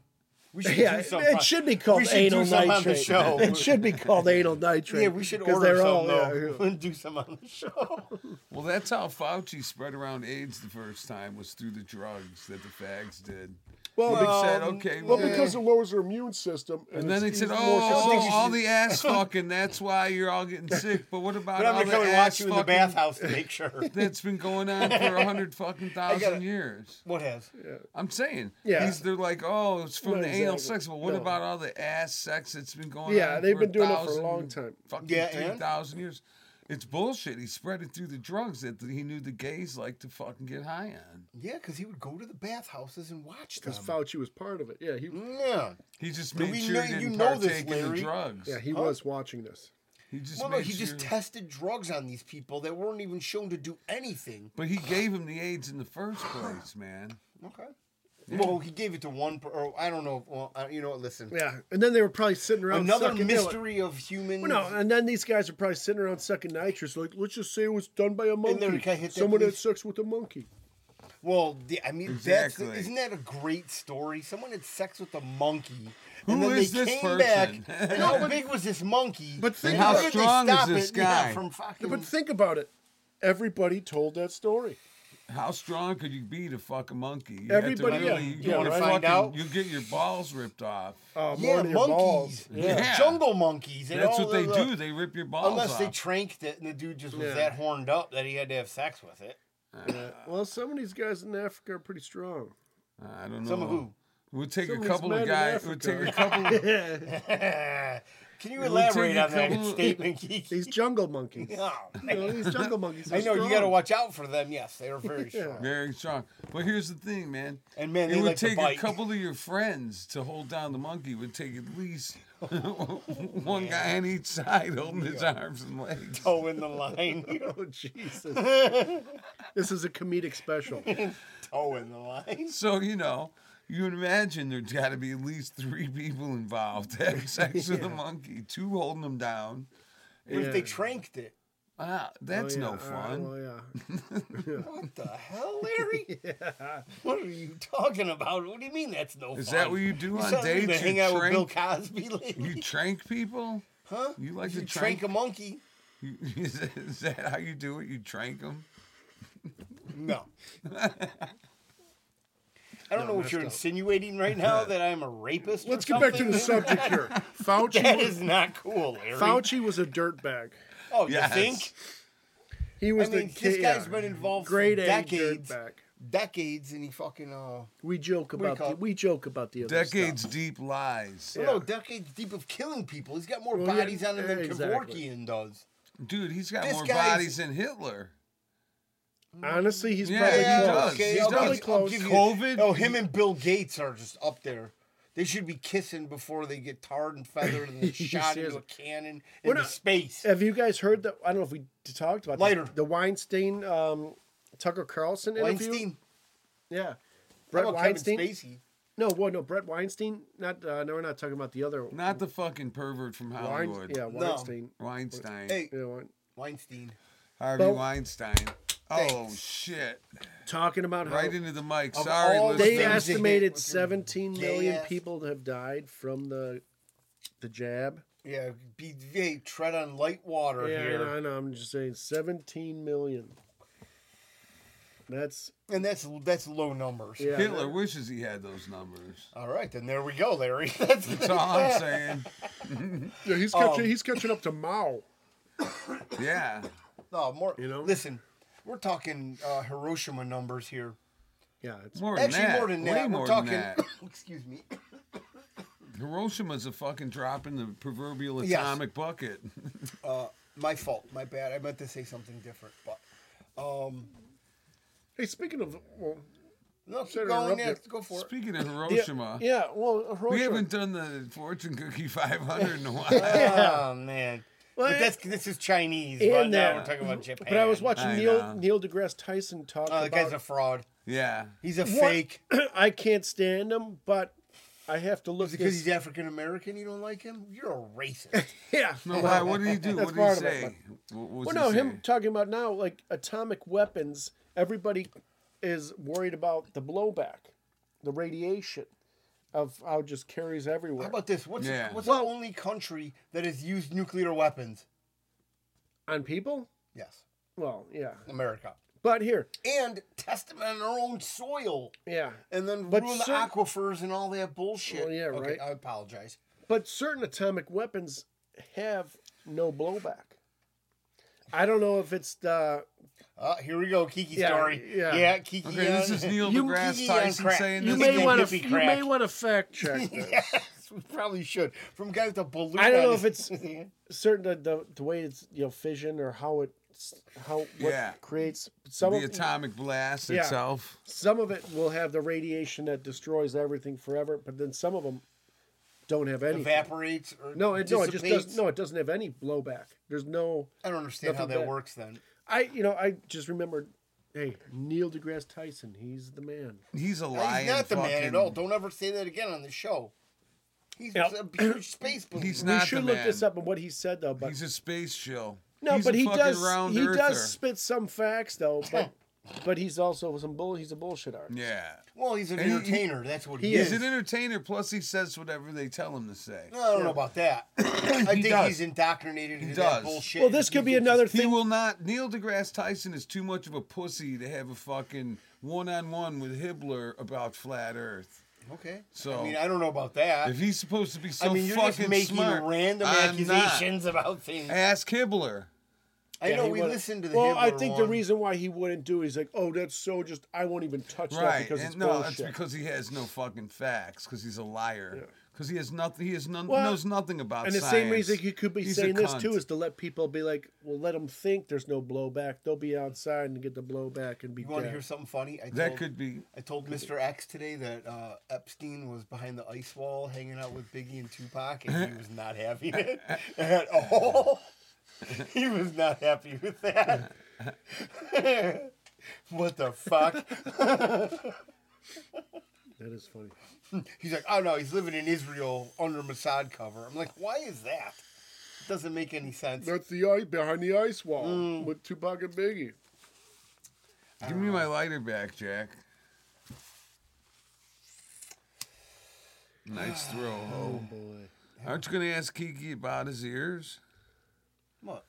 Speaker 3: we should
Speaker 4: Yeah,
Speaker 3: do
Speaker 4: it,
Speaker 3: something.
Speaker 4: it should be called
Speaker 3: we should do
Speaker 4: anal
Speaker 3: something on the
Speaker 4: nitrate.
Speaker 3: show.
Speaker 4: It should be called anal nitrate.
Speaker 3: Yeah, we should
Speaker 4: 'cause
Speaker 3: order
Speaker 4: they're all-
Speaker 3: some
Speaker 4: yeah,
Speaker 3: though *laughs*
Speaker 4: yeah.
Speaker 3: and do some on
Speaker 1: *laughs*
Speaker 3: the show.
Speaker 1: Well, that's how Fauci spread around AIDS the first time was through the drugs that the fags did. Well,
Speaker 3: Well,
Speaker 1: they said, okay,
Speaker 4: Well,
Speaker 1: well,
Speaker 4: because it lowers your immune system, and,
Speaker 1: and then they
Speaker 4: it's
Speaker 1: said,
Speaker 4: easy-
Speaker 1: oh,
Speaker 4: more
Speaker 1: all-
Speaker 4: susceptible-
Speaker 1: all the ass fucking, that's why you're all
Speaker 4: *laughs*
Speaker 1: getting sick. But what about
Speaker 3: But
Speaker 1: all
Speaker 3: I'm gonna
Speaker 1: the
Speaker 3: come and
Speaker 1: ass
Speaker 3: watch you in the
Speaker 1: fucking
Speaker 3: bathhouse to make sure.
Speaker 1: *laughs* that's been going on for a hundred
Speaker 4: *laughs*
Speaker 1: fucking thousand
Speaker 3: gotta-
Speaker 1: years?
Speaker 3: what has?
Speaker 1: I'm saying,
Speaker 4: Yeah.
Speaker 1: these, they're like, oh, it's from
Speaker 4: No,
Speaker 1: the anal
Speaker 4: exactly.
Speaker 1: sex. Well, what
Speaker 4: No.
Speaker 1: about all the ass sex that's been going on?
Speaker 4: yeah, they've
Speaker 1: for
Speaker 4: been doing it for a
Speaker 1: thousand
Speaker 4: long time.
Speaker 1: fucking
Speaker 3: Yeah, and?
Speaker 1: 3,000 years. It's bullshit. He spread it through the drugs that he knew the gays liked to fucking get high on.
Speaker 3: Yeah, because he would go to the bathhouses and watch them.
Speaker 4: Because Fauci was part of it. Yeah, he
Speaker 3: yeah.
Speaker 1: He just
Speaker 3: But
Speaker 1: made
Speaker 3: we
Speaker 1: sure
Speaker 3: know-
Speaker 1: he
Speaker 3: you
Speaker 1: didn't
Speaker 3: know this,
Speaker 1: partake in the
Speaker 3: Larry.
Speaker 1: drugs.
Speaker 4: yeah he
Speaker 3: Huh?
Speaker 4: was watching this.
Speaker 1: He just
Speaker 3: Well, no,
Speaker 1: made
Speaker 3: he
Speaker 1: sure.
Speaker 3: just tested drugs on these people that weren't even shown to do anything.
Speaker 1: but he gave him the AIDS in the first place, man.
Speaker 3: Okay. Well, he gave it to one. Per- or I don't know. Well, I, you know what? Listen.
Speaker 4: Yeah, and then they were probably sitting around
Speaker 3: Another
Speaker 4: sucking-
Speaker 3: mystery of human.
Speaker 4: Well,
Speaker 1: uh,
Speaker 4: no, and then these guys are probably sitting around sucking nitrous. Like, let's just say it was done by a monkey.
Speaker 3: then the guy hit that
Speaker 4: Someone had
Speaker 3: police-
Speaker 4: sex with a monkey.
Speaker 3: Well, the, I mean, that's
Speaker 1: Exactly.
Speaker 3: isn't that a great story? Someone had sex with a monkey.
Speaker 1: Who
Speaker 3: and then
Speaker 1: is
Speaker 3: they
Speaker 1: this *laughs*
Speaker 3: came back.
Speaker 1: person?
Speaker 3: and how big was this monkey?
Speaker 4: but think
Speaker 3: And how
Speaker 4: about
Speaker 1: it.
Speaker 3: did they
Speaker 1: strong is
Speaker 3: stop
Speaker 1: this
Speaker 3: it? Yeah,
Speaker 1: guy?
Speaker 3: from fucking.
Speaker 4: But think about it. Everybody told that story.
Speaker 1: How strong could you be to fuck a monkey? You
Speaker 4: Everybody- yeah,
Speaker 1: you
Speaker 4: yeah,
Speaker 1: wanna
Speaker 3: right. Find
Speaker 1: fucking-
Speaker 3: out?
Speaker 1: You get your balls ripped off.
Speaker 4: Oh,
Speaker 3: yeah,
Speaker 4: more than
Speaker 3: monkeys.
Speaker 4: your balls.
Speaker 1: Yeah.
Speaker 3: jungle monkeys. and
Speaker 1: That's
Speaker 3: all
Speaker 1: what they
Speaker 3: the-
Speaker 1: do. They rip your balls
Speaker 3: Unless
Speaker 1: off.
Speaker 3: they tranked it and the dude just was
Speaker 4: Yeah.
Speaker 3: that horned up that he had to have sex with it.
Speaker 4: Yeah. Uh, Well, some of these guys in Africa are pretty strong.
Speaker 1: I don't know.
Speaker 3: Some of who? *laughs*
Speaker 1: We'll take a
Speaker 4: Some of these
Speaker 1: couple
Speaker 4: men
Speaker 1: of
Speaker 4: in
Speaker 1: guys. We'll
Speaker 4: Africa.
Speaker 1: take a
Speaker 4: *laughs*
Speaker 1: couple.
Speaker 3: Can you
Speaker 1: we take
Speaker 3: elaborate
Speaker 1: a
Speaker 3: on that
Speaker 1: couple-
Speaker 3: *laughs* statement, Keith?
Speaker 4: These
Speaker 3: *laughs*
Speaker 4: jungle monkeys.
Speaker 3: No.
Speaker 4: You know, these jungle monkeys. Are
Speaker 3: I know you
Speaker 4: strong.
Speaker 3: got to watch out for them. Yes, they are very strong.
Speaker 1: Very strong. But here's the thing, man.
Speaker 3: And man,
Speaker 1: it
Speaker 3: they
Speaker 1: would
Speaker 3: like to
Speaker 1: take a
Speaker 3: bite.
Speaker 1: couple of your friends to hold down the monkey. It would take at
Speaker 3: *laughs*
Speaker 1: least *laughs* one guy on each side holding his arms and legs.
Speaker 3: Toe in
Speaker 1: *laughs*
Speaker 3: the line.
Speaker 4: Oh
Speaker 3: *laughs*
Speaker 4: Jesus! this is a comedic special.
Speaker 3: Toe in the line.
Speaker 1: So you know, you would imagine there's got to be at least three people involved *laughs* having sex with a monkey, two holding them down.
Speaker 3: What if they
Speaker 4: Yeah.
Speaker 3: tranked it?
Speaker 1: Ah,
Speaker 4: Oh,
Speaker 1: that's
Speaker 4: yeah.
Speaker 1: no
Speaker 4: All right,
Speaker 1: fun.
Speaker 4: well, yeah.
Speaker 3: What the
Speaker 1: *laughs*
Speaker 3: hell, Larry? What are you talking about? What do you mean that's no
Speaker 1: Is
Speaker 3: fun?
Speaker 1: that what you do
Speaker 3: You
Speaker 1: on
Speaker 3: sound like
Speaker 1: dates?
Speaker 3: you hang
Speaker 1: you,
Speaker 3: out with Bill
Speaker 1: trank,
Speaker 3: Cosby *laughs*
Speaker 1: *laughs*
Speaker 3: lately?
Speaker 1: you trank people?
Speaker 3: Huh?
Speaker 1: You like
Speaker 3: You
Speaker 1: to
Speaker 3: trank
Speaker 1: trank?
Speaker 3: a monkey?
Speaker 1: *laughs* is, that- is that how you do it? You trank them?
Speaker 3: No.
Speaker 1: *laughs*
Speaker 3: I don't know what you're insinuating
Speaker 1: *laughs*
Speaker 3: right now that I'm a rapist.
Speaker 4: Let's
Speaker 3: or
Speaker 4: get back to
Speaker 3: something.
Speaker 4: the subject
Speaker 3: *laughs*
Speaker 4: here.
Speaker 3: That
Speaker 4: Fauci.
Speaker 3: is not cool, Larry.
Speaker 4: Fauci was a dirtbag.
Speaker 3: Oh, you
Speaker 1: Yes.
Speaker 3: think?
Speaker 4: He
Speaker 3: I
Speaker 4: was
Speaker 3: mean,
Speaker 4: the
Speaker 3: this
Speaker 4: yeah,
Speaker 3: guy's been involved
Speaker 4: grade
Speaker 3: for
Speaker 4: A
Speaker 3: decades,
Speaker 4: dirtbag.
Speaker 3: decades, and he fucking uh,
Speaker 4: We joke
Speaker 3: do you
Speaker 4: about
Speaker 3: call
Speaker 4: the,
Speaker 3: it?
Speaker 4: we joke about the other
Speaker 1: Decades
Speaker 4: stuff.
Speaker 1: deep lies.
Speaker 3: well, no, decades deep of killing people. He's got more
Speaker 4: Well, yeah,
Speaker 3: bodies on him than
Speaker 4: exactly.
Speaker 3: Kevorkian does.
Speaker 1: Dude, he's got
Speaker 3: This
Speaker 1: more
Speaker 3: guy's-
Speaker 1: bodies than Hitler.
Speaker 4: Honestly, he's
Speaker 1: Yeah,
Speaker 4: probably
Speaker 1: he
Speaker 4: close.
Speaker 1: does. He
Speaker 4: He's
Speaker 1: does.
Speaker 4: probably
Speaker 1: I'll
Speaker 4: close.
Speaker 3: give you-
Speaker 1: COVID?
Speaker 3: Oh, him and Bill Gates are just up there. They should be kissing before they get tarred and feathered
Speaker 4: *laughs*
Speaker 3: and then shot into
Speaker 4: Seriously.
Speaker 3: a cannon
Speaker 4: We're
Speaker 3: into
Speaker 4: not-
Speaker 3: space.
Speaker 4: Have you guys heard that? I don't know if we talked about this.
Speaker 3: Later.
Speaker 4: the Weinstein, um, Tucker Carlson interview.
Speaker 3: Weinstein,
Speaker 4: yeah.
Speaker 3: How
Speaker 4: Brett
Speaker 3: about Kevin
Speaker 4: Weinstein.
Speaker 3: Spacey?
Speaker 4: No, well, no, Brett Weinstein. Not uh, no, we're not talking about the other.
Speaker 1: Not the fucking pervert from
Speaker 4: Wein-
Speaker 1: Hollywood.
Speaker 4: yeah, Weinstein.
Speaker 1: Weinstein.
Speaker 3: Hey,
Speaker 4: Yeah, Wein-
Speaker 3: Weinstein.
Speaker 1: Harvey
Speaker 4: Well-
Speaker 1: Weinstein. Oh, shit.
Speaker 4: talking about how
Speaker 1: Right into the mic.
Speaker 3: Of
Speaker 1: Sorry,
Speaker 3: all
Speaker 1: listeners.
Speaker 4: they
Speaker 3: Things asked- you hit
Speaker 4: estimated
Speaker 3: with your
Speaker 4: 17
Speaker 3: gay
Speaker 4: million
Speaker 3: ass.
Speaker 4: people have died from the the jab.
Speaker 3: Yeah, be, hey, tread on light water
Speaker 4: Yeah, I
Speaker 3: here.
Speaker 4: know, I know. I'm just saying, 17 million. That's
Speaker 3: And that's that's low numbers.
Speaker 4: yeah.
Speaker 1: Hitler wishes he had those
Speaker 4: *laughs*
Speaker 1: numbers.
Speaker 3: All right, then there we go, Larry. *laughs* That's
Speaker 1: That's all I'm saying.
Speaker 4: Yeah, he's
Speaker 3: catching-
Speaker 4: he's catching up to Mao.
Speaker 1: Yeah.
Speaker 3: no more.
Speaker 4: You know?
Speaker 3: listen, we're talking uh, Hiroshima numbers here.
Speaker 4: Yeah, it's
Speaker 1: More than
Speaker 3: Actually,
Speaker 1: that.
Speaker 3: more than
Speaker 1: Way
Speaker 3: that. we're
Speaker 1: more
Speaker 3: talking.
Speaker 1: than that.
Speaker 3: *coughs* excuse me.
Speaker 1: Hiroshima's a fucking drop in the proverbial
Speaker 3: Yes.
Speaker 1: atomic bucket. *laughs*
Speaker 3: My fault. My bad. I meant to say something different, but um,
Speaker 4: Hey, speaking of well,
Speaker 3: no,
Speaker 4: Sorry
Speaker 3: keep
Speaker 4: to
Speaker 3: going.
Speaker 4: interrupt
Speaker 3: Yeah,
Speaker 4: you.
Speaker 3: go for it.
Speaker 1: Speaking of
Speaker 4: yeah,
Speaker 1: Hiroshima,
Speaker 4: yeah, well,
Speaker 1: we
Speaker 4: Hiroshima.
Speaker 1: haven't done the fortune cookie *laughs* 500 in
Speaker 4: *laughs*
Speaker 1: a while.
Speaker 3: Oh man,
Speaker 4: Well,
Speaker 3: but that's this is Chinese.
Speaker 4: and
Speaker 3: But now
Speaker 4: that-
Speaker 3: we're talking about Japan.
Speaker 4: but I was watching
Speaker 1: I
Speaker 4: Neil
Speaker 1: know.
Speaker 4: Neil deGrasse Tyson talk
Speaker 3: Oh, the guy's
Speaker 4: about.
Speaker 3: a fraud.
Speaker 1: yeah.
Speaker 3: He's a
Speaker 4: What?
Speaker 3: fake.
Speaker 4: *clears throat* I can't stand him, but I have to look.
Speaker 3: Is it because
Speaker 4: this-
Speaker 3: he's African American? You don't like him? You're a racist.
Speaker 4: *laughs* yeah,
Speaker 1: No, why? What did he do?
Speaker 4: That's
Speaker 1: What
Speaker 4: part
Speaker 1: did he
Speaker 4: of it,
Speaker 1: say? What was
Speaker 4: Well,
Speaker 1: he
Speaker 4: no, him
Speaker 1: saying?
Speaker 4: talking about now like atomic weapons. Everybody is worried about the blowback, the radiation of how it just carries everywhere.
Speaker 3: How about this? What's
Speaker 1: Yeah.
Speaker 3: what's
Speaker 4: Well-
Speaker 3: the only country that has used nuclear weapons?
Speaker 4: on people?
Speaker 3: Yes,
Speaker 4: Well, yeah,
Speaker 3: America.
Speaker 4: but here,
Speaker 3: And testament on their own soil
Speaker 4: Yeah.
Speaker 3: and then
Speaker 4: But
Speaker 3: ruin
Speaker 4: cer-
Speaker 3: the aquifers and all that bullshit.
Speaker 4: Well, yeah,
Speaker 3: okay,
Speaker 4: right.
Speaker 3: I apologize.
Speaker 4: But certain atomic weapons have no blowback. I don't know if it's the
Speaker 3: Uh, here we go, Kiki
Speaker 4: Yeah,
Speaker 3: story.
Speaker 4: yeah.
Speaker 3: Yeah, Kiki.
Speaker 1: Okay, this
Speaker 3: on-
Speaker 1: is Neil
Speaker 3: You-
Speaker 1: deGrasse
Speaker 3: Kiki on
Speaker 1: Tyson
Speaker 3: crack.
Speaker 1: saying
Speaker 4: you
Speaker 1: this
Speaker 4: may
Speaker 1: is
Speaker 4: want
Speaker 3: hippie
Speaker 4: to you
Speaker 3: crack.
Speaker 4: may want to fact check. this.
Speaker 3: *laughs* yes, we probably should. From guy with a balloon.
Speaker 4: *laughs* I don't
Speaker 3: on
Speaker 4: know
Speaker 3: his-
Speaker 4: if it's certain the, the the way it's you know fission or how it how what
Speaker 1: Yeah.
Speaker 4: creates some
Speaker 1: the
Speaker 4: of,
Speaker 1: atomic blast
Speaker 4: Yeah.
Speaker 1: itself.
Speaker 4: some of it will have the radiation that destroys everything forever, but then some of them don't have any.
Speaker 3: evaporates or
Speaker 4: No, it, no, it just
Speaker 3: dissipates.
Speaker 4: does no, it doesn't have any blowback. There's no
Speaker 3: I don't understand how
Speaker 4: Nothing
Speaker 3: that
Speaker 4: bad.
Speaker 3: works then.
Speaker 4: I you know, I just remembered hey, Neil deGrasse Tyson, he's the man.
Speaker 1: He's a lion.
Speaker 3: He's not the man at
Speaker 1: fucking-
Speaker 3: all. Don't ever say that again on the show. He's
Speaker 4: Yep.
Speaker 3: a
Speaker 4: *clears throat*
Speaker 3: huge space balloon.
Speaker 1: He's
Speaker 4: We
Speaker 1: not
Speaker 4: should
Speaker 1: the
Speaker 4: look
Speaker 1: man.
Speaker 4: this up and what he said though, but
Speaker 1: He's a space shill.
Speaker 4: no,
Speaker 1: He's
Speaker 4: but
Speaker 1: a
Speaker 4: he
Speaker 1: fucking
Speaker 4: does
Speaker 1: round
Speaker 4: he
Speaker 1: earther.
Speaker 4: does spit some facts though, but but he's also some bull he's a bullshit artist.
Speaker 1: Yeah.
Speaker 3: well, he's an
Speaker 1: And he-
Speaker 3: entertainer. That's what he,
Speaker 4: he
Speaker 3: is.
Speaker 1: He's an entertainer. Plus, he says whatever they tell him to say.
Speaker 3: No, I don't know about
Speaker 1: *coughs*
Speaker 3: that. I think
Speaker 1: does.
Speaker 3: he's indoctrinated into
Speaker 1: does.
Speaker 3: that bullshit.
Speaker 4: Well, this could be another
Speaker 1: He
Speaker 4: thing.
Speaker 1: will not. Neil deGrasse Tyson is too much of a pussy to have a fucking one-on-one with Hibbler about flat Earth.
Speaker 3: Okay.
Speaker 1: So-
Speaker 3: I mean, I don't know about that.
Speaker 1: If he's supposed to be so
Speaker 3: I mean, you're
Speaker 1: fucking
Speaker 3: just making
Speaker 1: smart,
Speaker 3: random
Speaker 1: I'm not.
Speaker 3: accusations about things.
Speaker 1: Ask Hibbler.
Speaker 3: I know
Speaker 4: he
Speaker 3: we
Speaker 4: would've-
Speaker 3: listened to the.
Speaker 4: Well, I
Speaker 3: Hitler
Speaker 4: think the
Speaker 3: one.
Speaker 4: reason why he wouldn't do it, he's like, oh, that's so just I won't even touch that
Speaker 1: Right.
Speaker 4: because
Speaker 1: and
Speaker 4: it's
Speaker 1: no,
Speaker 4: bullshit.
Speaker 1: it's because he has no fucking facts. Because he's a liar. Because he has nothing. He has none.
Speaker 4: Well,
Speaker 1: knows nothing about.
Speaker 4: and the same
Speaker 1: science.
Speaker 4: reason you could be
Speaker 1: He's a
Speaker 4: saying this too
Speaker 1: cunt.
Speaker 4: is to let people be like, well, let them think there's no blowback. They'll be outside and get the blowback and be
Speaker 3: You want to
Speaker 4: dead.
Speaker 3: hear something funny? I
Speaker 1: that
Speaker 4: Oh.
Speaker 3: told-
Speaker 1: could be.
Speaker 3: I told Mr. X today that uh, Epstein was behind the ice wall hanging out with Biggie and Tupac, and he was not having it *laughs* at all. *laughs* He was not happy with that. *laughs* what the fuck?
Speaker 4: That is funny.
Speaker 3: He's like, oh no, he's living in Israel under Mossad cover. I'm like, why is that? It doesn't make any sense.
Speaker 4: That's the ice behind the ice wall with Tupac and Biggie.
Speaker 1: Give me my lighter back, *sighs* Jack. Nice throw. Oh.
Speaker 4: Boy,
Speaker 1: Aren't you gonna ask Kiki about his ears?
Speaker 3: What?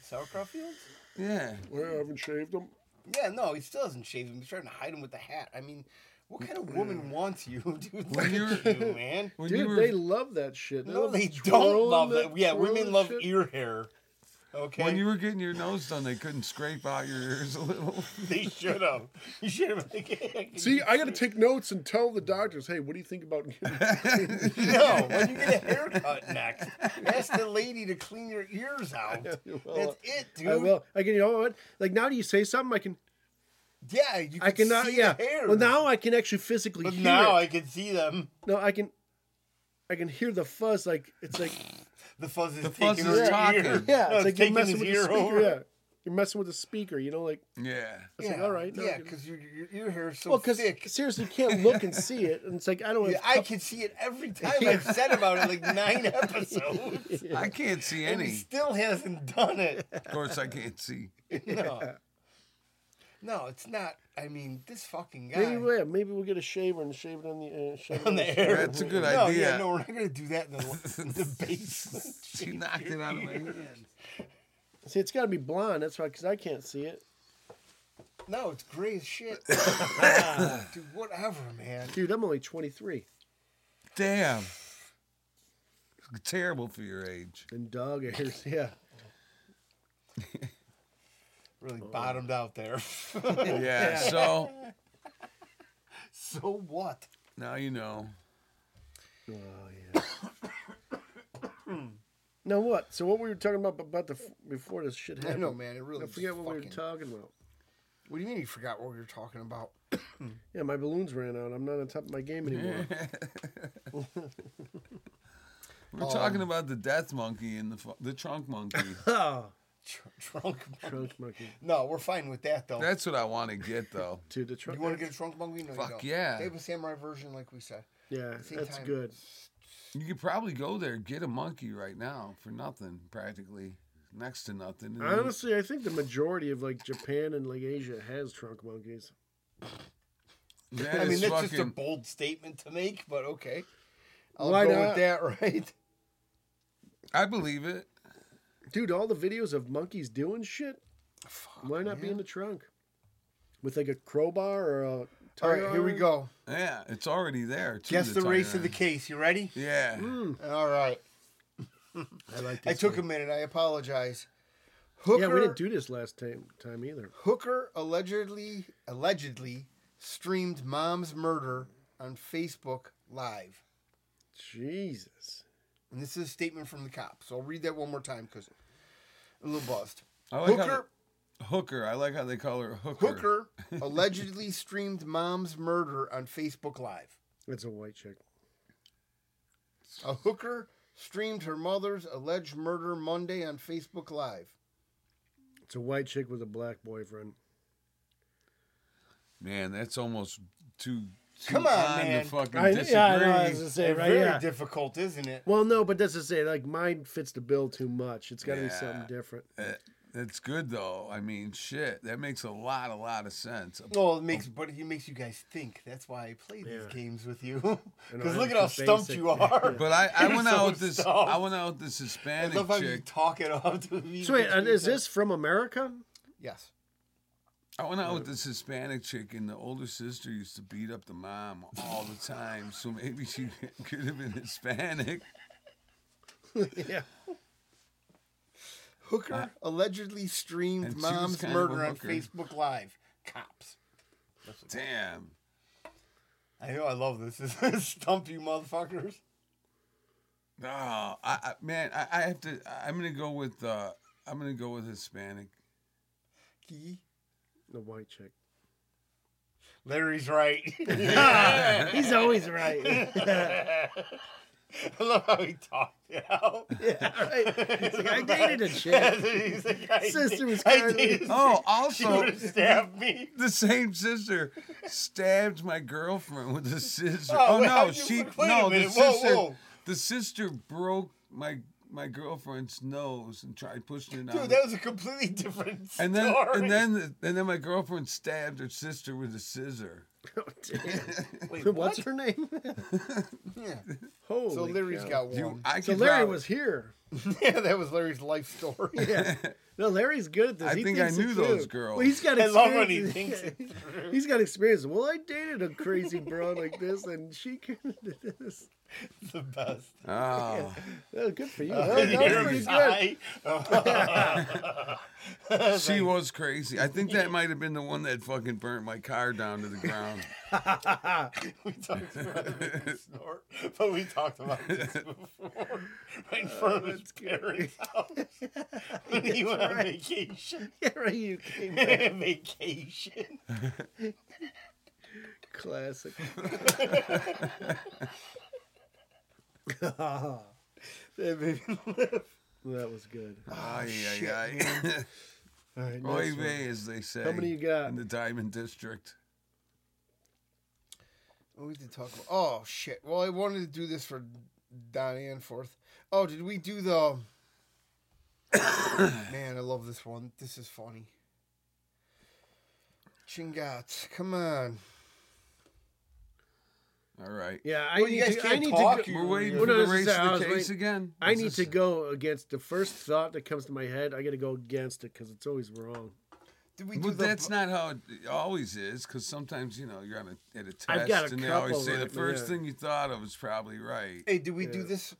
Speaker 3: Sauerkraut fields?
Speaker 1: Yeah.
Speaker 4: Well, I haven't shaved him.
Speaker 3: Yeah, no, he still doesn't shave him. He's trying to hide him with the hat. I mean, what kind of
Speaker 4: Mm.
Speaker 3: woman wants you, *laughs* dude? Look
Speaker 1: When
Speaker 3: at
Speaker 1: you're-
Speaker 3: you, man.
Speaker 4: *laughs*
Speaker 1: When
Speaker 4: Dude,
Speaker 1: you were,
Speaker 4: they love that shit.
Speaker 3: No,
Speaker 4: love
Speaker 3: they
Speaker 4: twirling
Speaker 3: don't love that. Yeah,
Speaker 4: twirling
Speaker 3: women love
Speaker 4: shit.
Speaker 3: ear hair. Okay,
Speaker 1: when you were getting your nose done, they couldn't scrape out your ears a little.
Speaker 3: *laughs*
Speaker 1: *laughs*
Speaker 3: they should have. You should have. *laughs*
Speaker 4: See, I got to take notes and tell the doctors, hey, what do you think about *laughs*
Speaker 3: no. When you get a haircut next, ask the lady to clean your
Speaker 4: *laughs*
Speaker 3: ears out.
Speaker 4: Well,
Speaker 3: That's it, dude.
Speaker 4: I will. I can, you know what? Like now, do you say something? I can.
Speaker 3: Yeah, you can
Speaker 4: I cannot.
Speaker 3: see
Speaker 4: Yeah.
Speaker 3: the hair.
Speaker 4: Well, now I can actually physically
Speaker 3: but
Speaker 4: hear.
Speaker 3: now
Speaker 4: it.
Speaker 3: I can see them.
Speaker 4: no, I can. I can hear the fuzz. Like it's *laughs* like
Speaker 3: The fuzz is
Speaker 1: The
Speaker 3: taking
Speaker 1: fuzz is
Speaker 3: her
Speaker 1: talking.
Speaker 3: ear.
Speaker 4: yeah.
Speaker 3: No,
Speaker 4: it's like you're
Speaker 3: taking
Speaker 4: messing
Speaker 3: his
Speaker 4: with the
Speaker 3: ear
Speaker 4: speaker.
Speaker 3: over.
Speaker 4: Yeah. You're messing with the speaker. You know, like
Speaker 1: Yeah.
Speaker 4: it's like all right. No,
Speaker 3: yeah,
Speaker 4: you-
Speaker 3: because your, your ear hair is so
Speaker 4: well, because
Speaker 3: thick.
Speaker 4: seriously, you can't look and see it, and it's like *laughs* I don't.
Speaker 3: Yeah,
Speaker 4: have,
Speaker 3: I can see it every
Speaker 4: *laughs*
Speaker 3: time. I've said about it like nine episodes.
Speaker 1: I can't see
Speaker 3: And he
Speaker 1: any.
Speaker 3: still hasn't done
Speaker 4: *laughs*
Speaker 3: it.
Speaker 1: Of course, I can't see.
Speaker 3: No. No, it's not. I mean, this fucking guy.
Speaker 4: Maybe, yeah, maybe we'll get a shaver and shave it on the uh, shave
Speaker 3: *laughs*
Speaker 4: it
Speaker 3: on the air.
Speaker 1: That's a good
Speaker 3: no,
Speaker 1: idea.
Speaker 3: Yeah, no, we're not going to
Speaker 1: *laughs*
Speaker 3: do that in the, in the basement.
Speaker 4: *laughs*
Speaker 1: She knocked it out of my *laughs* hand.
Speaker 4: See, it's got to be blonde. That's why, because I can't see it.
Speaker 3: No, it's gray as shit.
Speaker 1: *coughs*
Speaker 3: Ah, Dude, whatever, man.
Speaker 4: Dude, I'm only 23,
Speaker 1: Damn. Terrible for your age.
Speaker 4: and dog hairs. *laughs* Yeah.
Speaker 3: Really
Speaker 4: Oh.
Speaker 3: bottomed out
Speaker 4: *laughs*
Speaker 3: there.
Speaker 1: *laughs*
Speaker 3: *laughs*
Speaker 1: Yeah. So
Speaker 3: so what?
Speaker 1: now you know.
Speaker 4: Oh yeah. now what? So what we were talking about about the f- before this shit
Speaker 3: I
Speaker 4: happened?
Speaker 3: know, man. It really.
Speaker 4: I forget
Speaker 3: just
Speaker 4: what we
Speaker 3: fucking...
Speaker 4: were talking about.
Speaker 3: What do you mean you forgot what we were talking about? *laughs*
Speaker 4: Yeah, my balloons ran out. I'm not on top of my game anymore.
Speaker 1: We We're talking about the death monkey and the fu- the trunk monkey.
Speaker 4: *laughs* oh,
Speaker 3: Tr- trunk. monkey.
Speaker 4: trunk monkey.
Speaker 3: No, we're fine with that though.
Speaker 1: That's what I want to get though.
Speaker 4: Dude, the
Speaker 3: you
Speaker 4: trunk.
Speaker 3: want to get a trunk monkey? No, you
Speaker 1: Fuck
Speaker 3: don't.
Speaker 1: yeah.
Speaker 3: They have a samurai version, like we said.
Speaker 4: yeah,
Speaker 3: same
Speaker 4: that's
Speaker 3: time.
Speaker 4: good.
Speaker 1: You could probably go there get a monkey right now for nothing, practically next to nothing.
Speaker 3: Mm-hmm.
Speaker 1: and then-
Speaker 4: Honestly, I think the majority of like Japan and like Asia has trunk monkeys.
Speaker 1: that
Speaker 3: I mean,
Speaker 1: is
Speaker 3: that's
Speaker 1: fucking,
Speaker 3: just a bold statement to make, but okay. I'll
Speaker 4: Why
Speaker 3: go
Speaker 4: not?
Speaker 3: with that, *laughs* right?
Speaker 1: I believe it.
Speaker 4: Dude, all the videos of monkeys doing shit. why not be in the trunk? with like a crowbar or a.
Speaker 3: All right, here we
Speaker 4: tire iron.
Speaker 3: go.
Speaker 1: Yeah, it's already there. too,
Speaker 3: Guess the,
Speaker 1: tire
Speaker 3: race of the Mm.
Speaker 1: iron.
Speaker 3: case. You ready?
Speaker 1: Yeah.
Speaker 3: All right.
Speaker 5: I like
Speaker 3: I
Speaker 5: this.
Speaker 3: took a minute. I apologize. Hooker,
Speaker 4: Yeah, we didn't do this last time time either.
Speaker 3: Hooker allegedly allegedly streamed mom's murder on Facebook Live,
Speaker 4: Jesus.
Speaker 3: and this is a statement from the cops. So I'll read that one more time because a little buzzed.
Speaker 1: I like how
Speaker 3: Hooker
Speaker 1: Hooker. I like how they call her Hooker.
Speaker 3: Hooker
Speaker 1: *laughs*
Speaker 3: allegedly streamed mom's murder on Facebook Live.
Speaker 4: It's a white chick.
Speaker 3: A hooker streamed her mother's alleged murder Monday on Facebook Live.
Speaker 4: It's a white chick with a black boyfriend.
Speaker 1: Man, that's almost too. too
Speaker 3: Come on,
Speaker 1: to
Speaker 3: man.
Speaker 1: fucking
Speaker 4: I,
Speaker 1: disagree.
Speaker 4: yeah, I know. I was gonna say
Speaker 3: They're
Speaker 4: right.
Speaker 3: Very
Speaker 4: Yeah.
Speaker 3: difficult, isn't it?
Speaker 4: well, no, but that's to say, like mine fits the bill too much. It's got to be
Speaker 1: Yeah.
Speaker 4: something different.
Speaker 1: Uh, that's good though. I mean, shit, that makes a lot, a lot of sense.
Speaker 3: Well, it makes but it makes you guys think. That's why I play these
Speaker 4: Yeah.
Speaker 3: games with you. Because *laughs*
Speaker 4: I'm
Speaker 3: look at how
Speaker 4: too
Speaker 3: stumped
Speaker 4: basic.
Speaker 3: you are.
Speaker 4: *laughs*
Speaker 1: But I, I
Speaker 3: You're
Speaker 1: went
Speaker 3: so
Speaker 1: out with this.
Speaker 3: soft.
Speaker 1: I went out with this
Speaker 3: I
Speaker 1: Hispanic
Speaker 3: love how you
Speaker 1: chick.
Speaker 3: talk it up to me.
Speaker 4: So wait, uh, is this from America?
Speaker 3: Yes.
Speaker 1: I went out with this Hispanic chick, and the older sister used to beat up the mom all the time. So maybe she *laughs* could have been Hispanic.
Speaker 4: yeah.
Speaker 3: Hooker allegedly
Speaker 1: Uh, and
Speaker 3: streamed
Speaker 1: she was
Speaker 3: mom's
Speaker 1: kind of a
Speaker 3: murder on
Speaker 1: hooker.
Speaker 3: Facebook Live. Cops.
Speaker 1: Damn.
Speaker 3: I know I love this. *laughs* This is stump you motherfuckers.
Speaker 1: Oh, I, I man, I, I have to. I'm gonna go with. Uh, I'm gonna go with
Speaker 3: *laughs*
Speaker 1: Hispanic.
Speaker 3: Key.
Speaker 4: The white chick.
Speaker 3: Larry's right. *laughs*
Speaker 4: He's always right.
Speaker 3: I love how he talked it out.
Speaker 4: yeah, right. It's like, I dated a
Speaker 3: *laughs*
Speaker 4: chick.
Speaker 3: He's like, I
Speaker 4: Sister
Speaker 3: did-
Speaker 4: was
Speaker 3: I
Speaker 4: kind
Speaker 3: did-
Speaker 1: Oh,
Speaker 3: She
Speaker 1: also,
Speaker 3: would have stabbed me.
Speaker 1: *laughs* the same sister stabbed my girlfriend with a scissor.
Speaker 3: Oh,
Speaker 1: Oh,
Speaker 3: wait,
Speaker 1: no,
Speaker 3: how'd you-
Speaker 1: she
Speaker 3: wait a
Speaker 1: no the
Speaker 3: minute, whoa,
Speaker 1: sister.
Speaker 3: whoa.
Speaker 1: The sister broke my my girlfriend's nose and tried pushing it out.
Speaker 3: Dude, that was a completely different story.
Speaker 1: Um, *laughs* and then and then and then my girlfriend stabbed her sister with a scissor.
Speaker 4: Oh, damn.
Speaker 3: Wait,
Speaker 4: What's her name?
Speaker 3: Yeah.
Speaker 4: *laughs* Holy
Speaker 3: So Larry's
Speaker 4: cow.
Speaker 3: got one.
Speaker 1: You, I
Speaker 4: So
Speaker 1: could
Speaker 4: Larry
Speaker 1: probably-
Speaker 4: was here.
Speaker 3: *laughs* yeah, that was Larry's life story.
Speaker 4: Yeah. No, Larry's good at this.
Speaker 1: I
Speaker 4: He
Speaker 1: think I
Speaker 4: thinks it
Speaker 1: knew those
Speaker 4: through.
Speaker 1: girls.
Speaker 4: Well, he's
Speaker 3: *laughs* *laughs*
Speaker 4: got
Speaker 3: I
Speaker 4: experience.
Speaker 3: love when he thinks it through.
Speaker 4: He's got experience. Well, I dated a crazy broad like this, and she can do *laughs* this.
Speaker 3: the best.
Speaker 1: Oh,
Speaker 4: Oh, good for you.
Speaker 3: Uh,
Speaker 4: that was- that was
Speaker 3: there
Speaker 4: pretty
Speaker 3: was
Speaker 4: good.
Speaker 3: *laughs*
Speaker 1: *laughs*
Speaker 3: I.
Speaker 1: she was crazy. I think that might have been the one that fucking burnt my car down
Speaker 4: *laughs*
Speaker 1: to the ground.
Speaker 3: *laughs* we talked about the snort, but we talked about
Speaker 4: *laughs*
Speaker 3: this before. Right in front of his parents'
Speaker 4: *laughs*
Speaker 3: house. When he went on vacation.
Speaker 4: Yeah, right. You came
Speaker 3: *laughs*
Speaker 4: back.
Speaker 3: vacation.
Speaker 4: *laughs* Classic.
Speaker 3: That made me laugh.
Speaker 4: That was good.
Speaker 1: Ay, ay, ay.
Speaker 4: All
Speaker 1: *laughs*
Speaker 4: right,
Speaker 1: Oy
Speaker 4: next one.
Speaker 1: vey, as they say.
Speaker 4: many you got?
Speaker 1: in the Diamond District?
Speaker 3: What we did talk about? Oh shit! Well, I wanted to do this for Don Anforth. Oh, did we do the? *coughs* Man, I love this one. This is funny. Chingats, come on!
Speaker 1: All right.
Speaker 4: Yeah, I
Speaker 3: Well,
Speaker 4: need
Speaker 3: you guys
Speaker 4: to. I
Speaker 3: can't
Speaker 4: need
Speaker 3: talk.
Speaker 4: to. Go,
Speaker 1: We're waiting
Speaker 4: Well,
Speaker 1: for
Speaker 4: no,
Speaker 1: the
Speaker 4: this
Speaker 1: race
Speaker 4: is- I
Speaker 1: of
Speaker 4: was
Speaker 1: the case
Speaker 4: waiting-
Speaker 1: again.
Speaker 4: I
Speaker 1: This
Speaker 4: need
Speaker 1: is-
Speaker 4: to go against the first thought that comes to my head. I got to go against it because it's always wrong. *laughs*
Speaker 3: Did we do
Speaker 1: But
Speaker 3: the?
Speaker 1: that's not how it always is, because sometimes you know you're on a, at a test,
Speaker 4: I've got a
Speaker 1: and they always
Speaker 4: couple
Speaker 1: say the
Speaker 4: right now,
Speaker 1: first
Speaker 4: yeah.
Speaker 1: thing you thought of is probably right.
Speaker 3: hey, did we do
Speaker 4: Yeah.
Speaker 3: this?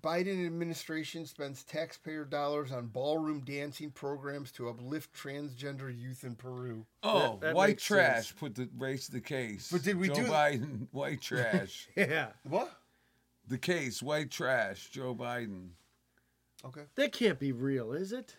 Speaker 3: Biden administration spends taxpayer dollars on ballroom dancing programs to uplift transgender youth in Peru.
Speaker 1: Oh,
Speaker 4: that
Speaker 1: white
Speaker 4: makes
Speaker 1: trash
Speaker 4: sense.
Speaker 1: put the race the case.
Speaker 3: But did we
Speaker 1: Joe
Speaker 3: do-
Speaker 1: Biden *laughs* white trash?
Speaker 4: Yeah,
Speaker 3: What?
Speaker 1: the case white trash. Joe Biden.
Speaker 3: Okay.
Speaker 4: that can't be real, is it?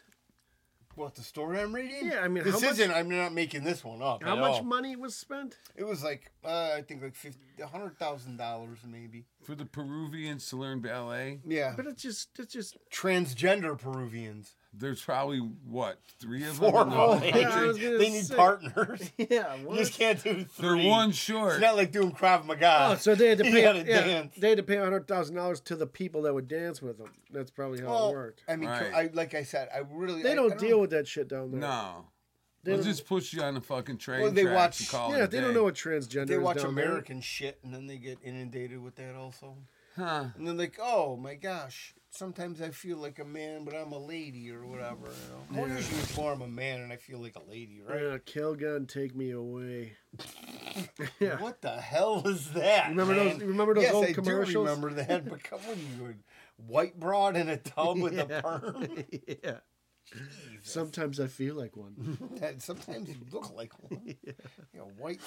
Speaker 3: What the story I'm reading?
Speaker 4: Yeah, I mean,
Speaker 3: this
Speaker 4: how much-
Speaker 3: isn't. I'm not making this one up.
Speaker 4: How
Speaker 3: at
Speaker 4: much
Speaker 3: all.
Speaker 4: money was spent?
Speaker 3: It was like uh, I think like fifty, a hundred thousand dollars maybe.
Speaker 1: For the Peruvians to learn ballet,
Speaker 3: Yeah,
Speaker 4: But it's just, it's just.
Speaker 3: transgender Peruvians.
Speaker 1: there's probably what three of
Speaker 3: Four
Speaker 1: them.
Speaker 3: *laughs* of them.
Speaker 4: Yeah, I was gonna
Speaker 3: they need
Speaker 4: say.
Speaker 3: partners. *laughs* you
Speaker 4: Yeah.
Speaker 3: just can't do
Speaker 1: They're
Speaker 3: three.
Speaker 1: one short.
Speaker 3: It's not like doing Krav Maga.
Speaker 4: Oh, so they had
Speaker 3: *laughs*
Speaker 4: to
Speaker 3: You
Speaker 4: pay.
Speaker 3: gotta
Speaker 4: yeah,
Speaker 3: dance.
Speaker 4: They had to pay hundred thousand dollars to the people that would dance with them. That's probably how
Speaker 3: Well,
Speaker 4: it worked.
Speaker 3: I mean,
Speaker 1: Right.
Speaker 3: I, like I said, I really
Speaker 4: They
Speaker 3: I-
Speaker 4: don't,
Speaker 3: I
Speaker 4: deal with that shit down there.
Speaker 1: No,
Speaker 4: They
Speaker 1: they'll
Speaker 4: don't-
Speaker 1: just push you on a fucking train
Speaker 3: Well, they
Speaker 1: tracks
Speaker 3: watch-
Speaker 1: and call it
Speaker 4: yeah,
Speaker 1: a
Speaker 4: they don't
Speaker 1: day.
Speaker 4: know what transgender
Speaker 3: They
Speaker 4: is
Speaker 3: watch
Speaker 4: down there.
Speaker 3: American shit and then they get inundated with that also.
Speaker 1: Huh.
Speaker 3: And then like, oh my gosh, sometimes I feel like a man, but I'm a lady or whatever. You know? Or usually it's more I'm a man and I feel like a lady, right?
Speaker 4: Uh, Kelgun, take
Speaker 3: *laughs*
Speaker 4: me away. Yeah.
Speaker 3: What the hell was that?
Speaker 4: Remember those-
Speaker 3: man?
Speaker 4: remember those
Speaker 3: yes,
Speaker 4: old
Speaker 3: I
Speaker 4: commercials?
Speaker 3: Do remember that, but come on, you were white broad in a tub with
Speaker 4: *laughs*
Speaker 3: a perm.
Speaker 4: yeah. Sometimes I feel like
Speaker 3: Mm-hmm.
Speaker 4: one.
Speaker 3: That- sometimes you look like
Speaker 4: *laughs*
Speaker 3: one. yeah. white.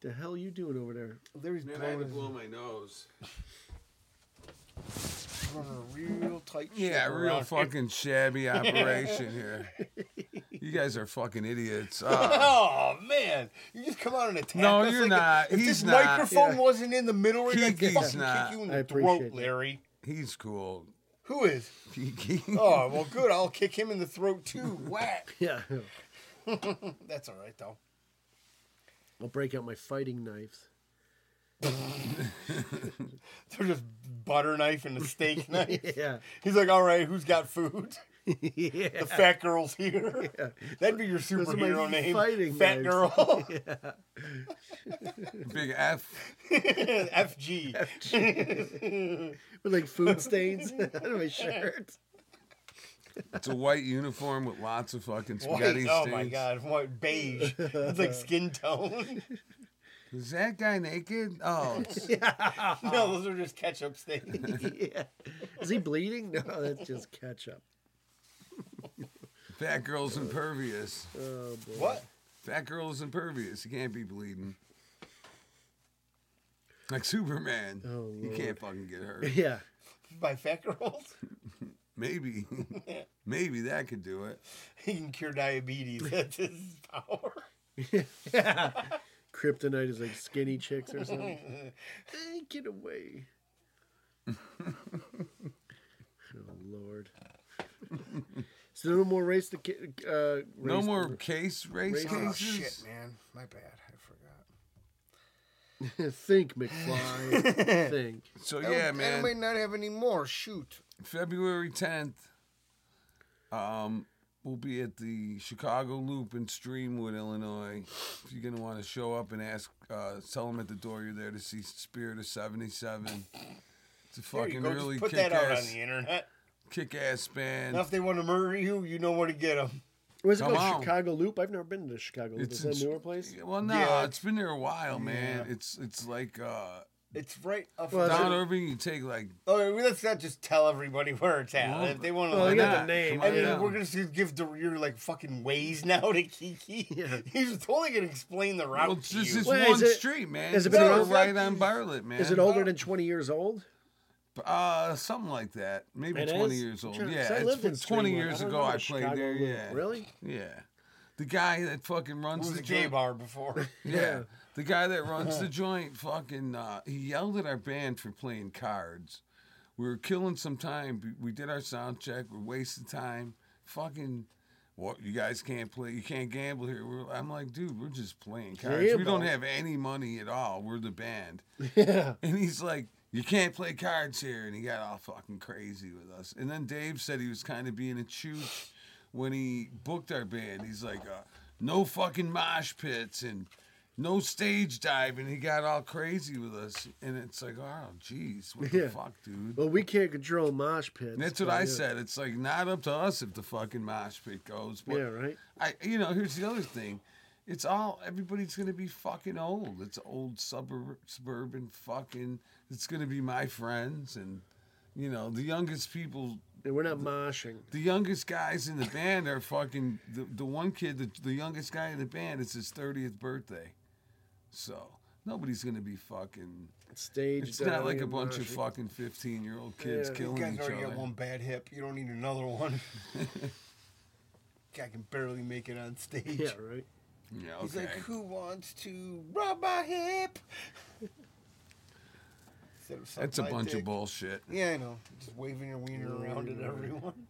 Speaker 4: the hell you doing over there?
Speaker 3: There's
Speaker 1: Man, I had to blow
Speaker 3: blowing,
Speaker 1: my nose.
Speaker 3: blowing a real tight.
Speaker 1: Yeah,
Speaker 3: ship
Speaker 1: real
Speaker 3: around here.
Speaker 1: fucking
Speaker 4: *laughs*
Speaker 1: shabby operation here. You guys are fucking idiots. Uh,
Speaker 3: *laughs* Oh
Speaker 4: *laughs*
Speaker 3: man! You just come out and attack
Speaker 1: No,
Speaker 3: us
Speaker 1: you're
Speaker 3: like
Speaker 1: not.
Speaker 3: A, if
Speaker 1: He's
Speaker 3: this
Speaker 1: not.
Speaker 3: microphone
Speaker 4: Yeah.
Speaker 3: wasn't in the middle, right, I'd
Speaker 1: Kiki's
Speaker 3: fucking
Speaker 1: not.
Speaker 3: kick you in
Speaker 4: I
Speaker 3: the
Speaker 4: appreciate
Speaker 3: throat,
Speaker 4: that.
Speaker 3: Larry.
Speaker 1: he's cool. *laughs*
Speaker 3: Who is?
Speaker 1: Kiki.
Speaker 3: Oh well, good. I'll kick him in the throat too. Whack.
Speaker 4: Yeah. *laughs*
Speaker 3: That's all right though.
Speaker 4: I'll break out my fighting knives.
Speaker 3: They're just butter knife and a
Speaker 4: *laughs*
Speaker 3: steak knife.
Speaker 4: *laughs* Yeah.
Speaker 3: He's like, all right, who's got food?
Speaker 4: yeah.
Speaker 3: The fat girl's here. That'd be your
Speaker 4: are my
Speaker 3: superhero name.
Speaker 4: fighting
Speaker 3: fat
Speaker 4: knives.
Speaker 3: girl.
Speaker 4: *laughs*
Speaker 3: *laughs*
Speaker 1: Big F.
Speaker 3: FG.
Speaker 4: *laughs* With like food stains *laughs* out of my shirt.
Speaker 1: It's a white uniform with lots of fucking
Speaker 3: White.
Speaker 1: spaghetti
Speaker 3: Oh
Speaker 1: stains.
Speaker 3: my god. White beige. It's like skin tone.
Speaker 1: Is that guy naked? Oh, *laughs* it's-
Speaker 3: no, those are just ketchup stains. *laughs*
Speaker 4: yeah. Is he bleeding? No, that's just ketchup.
Speaker 1: fat girl's impervious.
Speaker 4: Oh boy.
Speaker 3: What?
Speaker 1: Fat girl is impervious. He can't be bleeding. Like Superman.
Speaker 4: Oh,
Speaker 1: you
Speaker 4: Lord.
Speaker 1: can't fucking get
Speaker 4: *laughs*
Speaker 1: hurt.
Speaker 4: Yeah.
Speaker 3: By fat *laughs* girls?
Speaker 1: Maybe. Maybe that could do it.
Speaker 3: He can cure *laughs* diabetes. That's his power.
Speaker 4: Kryptonite is like skinny chicks or something. hey, get *laughs* away. oh Lord. So no more race the ki- uh, race
Speaker 1: no more case race
Speaker 4: race-
Speaker 1: cases.
Speaker 4: Oh,
Speaker 3: man. My bad. I forgot.
Speaker 4: *laughs* think
Speaker 1: *laughs*
Speaker 4: McFly. think.
Speaker 1: So yeah, man.
Speaker 3: I might not have any more. Shoot.
Speaker 1: February 10th, um, we'll be at the Chicago Loop in Streamwood, Illinois. If you're going to want to show up and ask, uh, tell them at the door you're there to see Spirit of 77. It's a
Speaker 3: There you
Speaker 1: fucking
Speaker 3: go.
Speaker 1: really
Speaker 3: Just put
Speaker 1: kick
Speaker 3: that out on
Speaker 1: ass,
Speaker 3: the internet.
Speaker 1: kick ass band.
Speaker 3: Now, if they want to murder you, you know where to get them.
Speaker 4: Was it
Speaker 1: Come
Speaker 4: called
Speaker 1: on.
Speaker 4: Chicago Loop? I've never been to Chicago Loop.
Speaker 1: It's
Speaker 4: is that
Speaker 1: in-
Speaker 4: a newer place?
Speaker 1: Well, no,
Speaker 3: Yeah.
Speaker 1: it's been there a while, man.
Speaker 3: Yeah.
Speaker 1: It's it's like uh,
Speaker 3: It's right up.
Speaker 4: Well,
Speaker 1: Don
Speaker 4: it-
Speaker 1: Irving. You take like
Speaker 3: oh, well, let's not just tell everybody *laughs* where it's at.
Speaker 1: Well,
Speaker 3: if they want to,
Speaker 4: well,
Speaker 3: look
Speaker 4: you got
Speaker 3: it
Speaker 4: the
Speaker 3: up.
Speaker 4: name,
Speaker 3: I mean,
Speaker 4: yeah.
Speaker 3: we're gonna just give the, your like fucking ways *laughs* now to Kiki.
Speaker 4: Yeah.
Speaker 3: He's totally gonna explain the route
Speaker 1: well, it's
Speaker 3: to
Speaker 1: just
Speaker 3: you.
Speaker 1: this
Speaker 4: Wait,
Speaker 1: one
Speaker 4: is it-
Speaker 1: street, man.
Speaker 4: has
Speaker 1: It's
Speaker 4: it been
Speaker 1: over
Speaker 4: around-
Speaker 1: right on Bartlett, man.
Speaker 4: Is it older than 20 years old?
Speaker 1: Uh, something like that. Maybe
Speaker 4: It
Speaker 1: twenty
Speaker 4: is?
Speaker 1: years
Speaker 4: I'm
Speaker 1: old.
Speaker 4: trying- 'cause
Speaker 1: yeah,
Speaker 4: I
Speaker 1: it's
Speaker 4: lived
Speaker 1: been
Speaker 4: in
Speaker 1: twenty
Speaker 4: Springwood.
Speaker 1: years
Speaker 4: I don't
Speaker 1: ago.
Speaker 4: know
Speaker 1: I
Speaker 4: the
Speaker 1: played
Speaker 4: Chicago
Speaker 1: there.
Speaker 4: Loop.
Speaker 1: Yeah,
Speaker 4: Really?
Speaker 1: Yeah, the guy that fucking
Speaker 3: It
Speaker 1: runs
Speaker 3: was
Speaker 1: the
Speaker 3: a gay
Speaker 1: joint.
Speaker 3: bar before.
Speaker 1: *laughs* Yeah. the guy that runs the joint. Fucking, uh, he yelled at our band for playing cards. We were killing some time. We did our sound check. We're wasting time. Fucking. What you guys can't play, you can't gamble here. We're, I'm like, dude, we're just playing cards. We don't
Speaker 4: Gamble.
Speaker 1: have any money at all. We're the band.
Speaker 4: Yeah.
Speaker 1: And he's like, You can't play cards here. And he got all fucking crazy with us. And then Dave said he was kind of being a chooch when he booked our band. He's like, uh, No fucking mosh pits and no stage dive. And he got all crazy with us. And it's like, Oh, jeez, what the
Speaker 4: Yeah.
Speaker 1: fuck, dude?
Speaker 4: Well, we can't control mosh pits.
Speaker 1: And that's what
Speaker 4: but
Speaker 1: I
Speaker 4: yeah.
Speaker 1: said. It's like not up to us if the fucking mosh pit goes. But
Speaker 4: Yeah, right?
Speaker 1: I, you know, here's the other thing. It's all everybody's gonna be fucking old. It's old suburb, suburban fucking. It's gonna be my friends and, you know, the youngest people,
Speaker 4: And we're not moshing.
Speaker 1: the youngest guys in the band are fucking. The, the one kid, the, the youngest guy in the band, it's his thirtieth birthday, so nobody's gonna be fucking.
Speaker 4: Stage.
Speaker 1: It's not like a
Speaker 4: diving,
Speaker 1: bunch of
Speaker 4: moshing.
Speaker 1: fucking fifteen year old kids
Speaker 4: Yeah. You
Speaker 1: killing
Speaker 3: you guys
Speaker 1: each
Speaker 3: already
Speaker 1: other.
Speaker 3: got one bad hip. You don't need another
Speaker 1: *laughs*
Speaker 3: one. Guy can barely make it on stage.
Speaker 4: Yeah, right?
Speaker 1: Yeah,
Speaker 3: He's
Speaker 1: okay.
Speaker 3: like, who wants to rub my hip? Instead of suck
Speaker 1: That's a
Speaker 3: my
Speaker 1: bunch
Speaker 3: dick.
Speaker 1: of bullshit.
Speaker 3: Yeah, I know. Just waving your wiener around at everyone.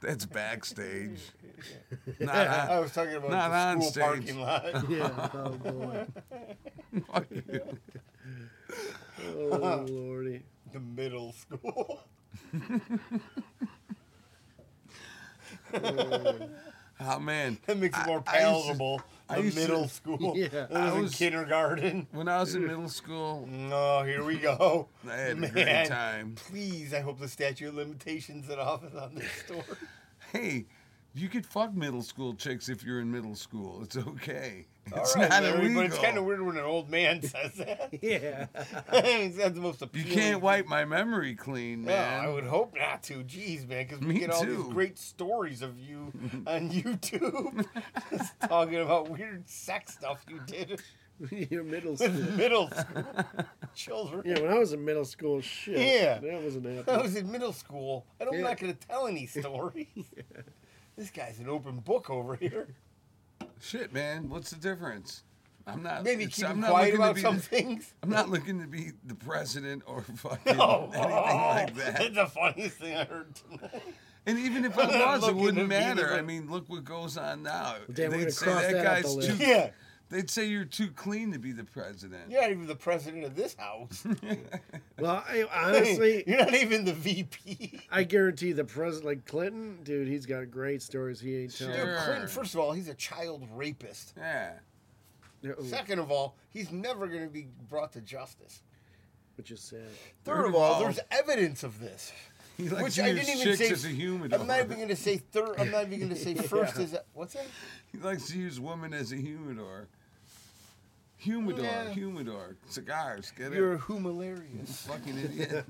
Speaker 1: That's
Speaker 3: *laughs*
Speaker 1: backstage. *laughs* *laughs* Not on- *laughs*
Speaker 3: I was talking about
Speaker 1: Not
Speaker 3: the
Speaker 1: on
Speaker 3: school
Speaker 1: stage.
Speaker 3: parking
Speaker 1: *laughs*
Speaker 3: lot.
Speaker 4: Yeah. Oh, boy.
Speaker 1: Fuck you.
Speaker 4: Oh, Lordy.
Speaker 3: the middle school.
Speaker 1: Oh man,
Speaker 3: *laughs* That makes it more
Speaker 1: I- I used to-
Speaker 3: palatable.
Speaker 1: I
Speaker 3: The
Speaker 1: used to-
Speaker 3: middle school.
Speaker 1: *laughs*
Speaker 4: Yeah,
Speaker 3: That
Speaker 1: I
Speaker 3: was in
Speaker 1: was-
Speaker 3: kindergarten.
Speaker 1: when I was in middle school,
Speaker 3: Oh, here we go.
Speaker 1: *laughs* I had a
Speaker 3: Man,
Speaker 1: great time.
Speaker 3: Please, I hope the statute of limitations in office
Speaker 1: *laughs*
Speaker 3: on this story.
Speaker 1: Hey, you could fuck middle school chicks if you're in middle school. It's okay.
Speaker 3: All
Speaker 1: It's
Speaker 3: right,
Speaker 1: not
Speaker 3: Larry,
Speaker 1: illegal.
Speaker 3: but it's kind of weird when an old man *laughs*
Speaker 1: *laughs*
Speaker 3: says that.
Speaker 4: Yeah.
Speaker 3: That's the most
Speaker 1: you
Speaker 3: appealing.
Speaker 1: can't wipe my memory clean,
Speaker 3: No,
Speaker 1: man.
Speaker 3: I would hope not to. Jeez, man, because we
Speaker 1: Me
Speaker 3: get all
Speaker 1: too.
Speaker 3: these great stories
Speaker 1: *laughs*
Speaker 3: of you on YouTube, *laughs* just talking about weird sex stuff you did
Speaker 4: *laughs* Your middle school.
Speaker 1: *laughs*
Speaker 3: with middle school children.
Speaker 4: Yeah, when I was in middle school, shit.
Speaker 3: Yeah.
Speaker 4: That wasn't
Speaker 3: I
Speaker 4: happening.
Speaker 3: was in middle school. I don't, I'm
Speaker 4: Yeah.
Speaker 3: not going to tell any
Speaker 1: *laughs*
Speaker 3: stories. This guy's an open book over here.
Speaker 1: Shit, man. What's the difference? I'm not.
Speaker 3: Maybe
Speaker 1: it's-
Speaker 3: keep
Speaker 1: I'm
Speaker 3: him
Speaker 1: not looking
Speaker 3: quiet
Speaker 1: to
Speaker 3: about
Speaker 1: be
Speaker 3: some
Speaker 1: the-
Speaker 3: *laughs* things.
Speaker 1: I'm not looking to be the president or *laughs* fucking
Speaker 3: *laughs* No,
Speaker 1: anything like that.
Speaker 3: Oh, that's the funniest thing I heard tonight.
Speaker 1: And even if I
Speaker 3: I'm not
Speaker 1: was, it
Speaker 3: looking to
Speaker 1: wouldn't
Speaker 3: be
Speaker 1: matter.
Speaker 3: the-
Speaker 1: I mean, look what goes on now.
Speaker 4: Damn,
Speaker 1: they'd
Speaker 4: we're gonna
Speaker 1: say
Speaker 4: cross
Speaker 1: that,
Speaker 4: that off
Speaker 1: guy's
Speaker 4: the list.
Speaker 1: too.
Speaker 3: *laughs* Yeah,
Speaker 1: They'd say you're too clean to be the president.
Speaker 3: you're not even the president of this house.
Speaker 4: *laughs* Well, I,
Speaker 1: *laughs*
Speaker 4: honestly,
Speaker 3: you're not even the VP.
Speaker 4: I guarantee the president, like Clinton, dude, he's got great stories he ain't telling.
Speaker 1: Sure.
Speaker 3: Dude, Clinton, first of all, he's a child rapist.
Speaker 1: Yeah.
Speaker 4: Yeah,
Speaker 3: Second of all, he's never going to be brought to justice.
Speaker 4: Which is sad.
Speaker 3: Third of all, there's evidence of this.
Speaker 1: He likes
Speaker 3: Which
Speaker 1: to
Speaker 3: I
Speaker 1: use
Speaker 3: didn't even
Speaker 1: chicks
Speaker 3: say-
Speaker 1: as a humidor.
Speaker 3: I'm not even going to say third. I'm not even going *laughs* to say first. Is that, what's that?
Speaker 1: *laughs* He likes to use women as a humidor. Humidor,
Speaker 3: Yeah.
Speaker 1: humidor, cigars. Get
Speaker 3: You're
Speaker 1: it?
Speaker 3: a humalarious.
Speaker 1: Fucking idiot.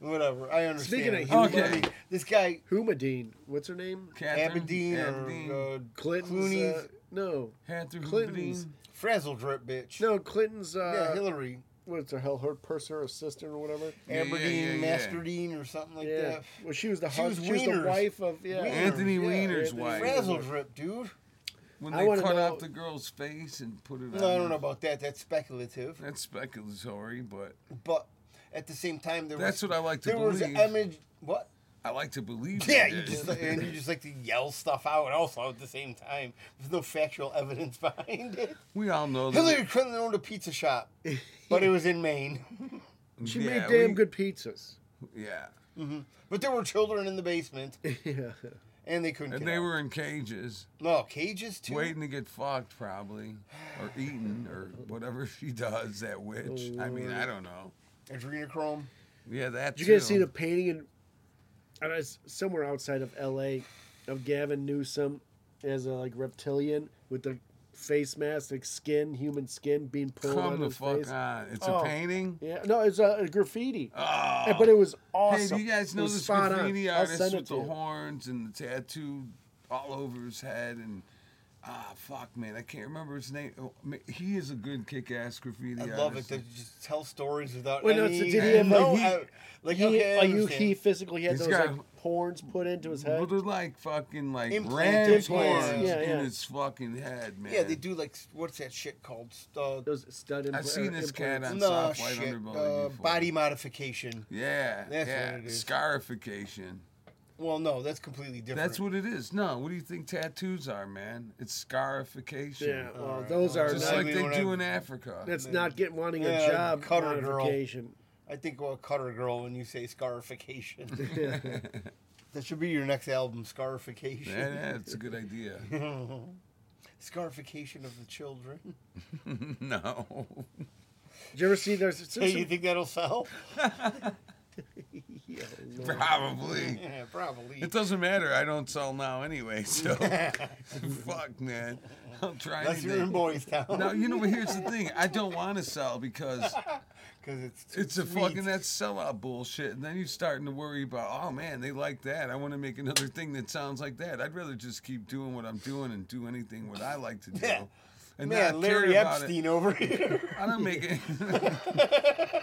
Speaker 3: Whatever. I understand.
Speaker 4: Speaking of
Speaker 3: He's
Speaker 1: Okay.
Speaker 3: funny. this guy
Speaker 4: Humadine. What's her name?
Speaker 1: Catherine,
Speaker 3: Aberdeen or
Speaker 1: Aberdeen,
Speaker 3: uh,
Speaker 4: Clinton's.
Speaker 3: Clooney's
Speaker 4: Uh, no.
Speaker 1: Catherine
Speaker 4: Clinton's-
Speaker 1: Aberdeen.
Speaker 3: frazzle drip bitch.
Speaker 4: No, Clinton's. Uh,
Speaker 3: yeah, Hillary
Speaker 4: What's her hell? Her purser or sister or whatever?
Speaker 1: Yeah, yeah,
Speaker 3: Aberdeen
Speaker 1: yeah, yeah.
Speaker 3: Masterdeen or something like
Speaker 4: Yeah.
Speaker 3: that.
Speaker 4: Well, she was the
Speaker 3: She was
Speaker 4: hus- she was the
Speaker 3: Wiener's-
Speaker 4: wife of yeah.
Speaker 3: Wiener.
Speaker 1: Anthony
Speaker 3: Yeah,
Speaker 1: Weiner's
Speaker 4: Anthony
Speaker 1: wife.
Speaker 3: Frazzle drip, dude.
Speaker 1: When
Speaker 4: I
Speaker 1: they
Speaker 4: wanna
Speaker 1: cut
Speaker 4: know-
Speaker 1: off the girl's face and put it
Speaker 3: No,
Speaker 1: on.
Speaker 3: I don't
Speaker 1: her-
Speaker 3: know about that. That's speculative.
Speaker 1: That's speculatory, but
Speaker 3: But at the same time, there
Speaker 1: That's
Speaker 3: was,
Speaker 1: what I like to
Speaker 3: there was
Speaker 1: believe.
Speaker 3: image. What?
Speaker 1: I like to believe.
Speaker 3: Yeah,
Speaker 1: they
Speaker 3: you
Speaker 1: did.
Speaker 3: just and you just like to yell stuff out. Also at the same time, with no factual *laughs* evidence behind it.
Speaker 1: we all know that.
Speaker 3: Hillary Clinton owned a pizza
Speaker 4: *laughs*
Speaker 3: shop, but it was in Maine. *laughs*
Speaker 4: She
Speaker 1: Yeah,
Speaker 4: made damn
Speaker 1: we-
Speaker 4: good pizzas.
Speaker 1: Yeah,
Speaker 3: But there were children in the basement,
Speaker 4: *laughs* yeah.
Speaker 3: and they couldn't.
Speaker 1: and
Speaker 3: get
Speaker 1: they
Speaker 3: out.
Speaker 1: were in cages,
Speaker 3: no cages too.
Speaker 1: waiting to get fucked, probably, or eaten, or whatever she does. That witch. I mean, I don't know.
Speaker 3: Adrenochrome.
Speaker 1: Yeah, that.
Speaker 4: Did you guys see
Speaker 1: too.
Speaker 4: the painting in, and it's somewhere outside of L.A. of Gavin Newsom as a like reptilian with the face mask, like skin, human skin being pulled on
Speaker 1: Come the
Speaker 4: his
Speaker 1: fuck
Speaker 4: face.
Speaker 1: on! It's
Speaker 4: Oh.
Speaker 1: a painting.
Speaker 4: Yeah, no, it's a, a graffiti,
Speaker 1: Oh.
Speaker 4: but it was
Speaker 1: Hey,
Speaker 4: awesome.
Speaker 1: do you guys
Speaker 4: It
Speaker 1: know
Speaker 4: was
Speaker 1: this
Speaker 4: spot on.
Speaker 1: graffiti
Speaker 4: I'll
Speaker 1: artist
Speaker 4: send it
Speaker 1: with
Speaker 4: to
Speaker 1: the
Speaker 4: you.
Speaker 1: horns and the tattoo all over his head and ah fuck man, I can't remember his name. Oh, ma- He is a good kick-ass graffiti
Speaker 3: I
Speaker 1: artist.
Speaker 3: love it. They just tell stories without
Speaker 4: Wait, no,
Speaker 3: any.
Speaker 4: so did he have, like,
Speaker 3: no,
Speaker 4: he-
Speaker 3: I- like
Speaker 4: He,
Speaker 3: okay, I
Speaker 4: like you,
Speaker 3: understand.
Speaker 4: he physically had
Speaker 1: He's
Speaker 4: those
Speaker 1: got-
Speaker 4: like horns put into his
Speaker 1: Well,
Speaker 4: head.
Speaker 1: they're like fucking like
Speaker 3: Implanted
Speaker 1: ram's
Speaker 3: horns.
Speaker 1: horns
Speaker 4: Yeah, yeah.
Speaker 1: in his fucking head, man.
Speaker 3: Yeah, they do like what's that shit called? Uh,
Speaker 4: Those stud impl-
Speaker 1: I've seen this cat
Speaker 4: implants.
Speaker 1: on
Speaker 3: no
Speaker 1: soft white
Speaker 3: shit.
Speaker 1: underbelly
Speaker 3: Uh,
Speaker 1: before.
Speaker 3: body modification.
Speaker 1: Yeah,
Speaker 3: That's
Speaker 1: yeah.
Speaker 3: what it is.
Speaker 1: Scarification.
Speaker 3: Well, no, that's completely different.
Speaker 1: That's what it is. No, what do you think tattoos are, man? It's scarification.
Speaker 4: Yeah, well,
Speaker 3: Alright,
Speaker 4: those
Speaker 3: well,
Speaker 4: are
Speaker 1: Just
Speaker 4: not.
Speaker 1: like
Speaker 3: we
Speaker 1: they
Speaker 3: don't
Speaker 1: do
Speaker 3: have-
Speaker 1: in Africa.
Speaker 4: that's not getting wanting
Speaker 3: Yeah,
Speaker 4: a job.
Speaker 3: cutter girl.
Speaker 4: modification.
Speaker 3: I think well, Cutter Girl when you say
Speaker 1: *laughs*
Speaker 3: scarification. *laughs* that should be your next album, Scarification.
Speaker 1: Yeah, yeah, it's a good idea. *laughs*
Speaker 3: Scarification of the
Speaker 4: *laughs*
Speaker 3: children.
Speaker 1: no.
Speaker 4: Did you ever see there's, there's
Speaker 3: Hey, you
Speaker 4: some-
Speaker 3: think
Speaker 1: *laughs*
Speaker 3: that'll sell?
Speaker 4: Yeah, Lord.
Speaker 1: Probably.
Speaker 3: yeah, probably.
Speaker 1: It doesn't matter. I don't sell now anyway,
Speaker 3: *laughs*
Speaker 1: so fuck, man. I'll try
Speaker 3: Unless you're in
Speaker 1: anything.
Speaker 3: Boys Town.
Speaker 1: *laughs* Now you know, but here's the thing. I don't want to sell
Speaker 3: *laughs*
Speaker 1: because
Speaker 3: Because it's too
Speaker 1: it's a
Speaker 3: sweet.
Speaker 1: fucking that sellout bullshit, and then you're starting to worry about, oh man, they like that. I want to make another thing that sounds like that. I'd rather just keep doing what I'm doing and do anything what I like to do,
Speaker 3: Yeah.
Speaker 1: and
Speaker 3: Man,
Speaker 1: not
Speaker 3: Larry
Speaker 1: care about
Speaker 3: Epstein over *laughs* here.
Speaker 1: It. I don't make
Speaker 3: *laughs*
Speaker 1: it.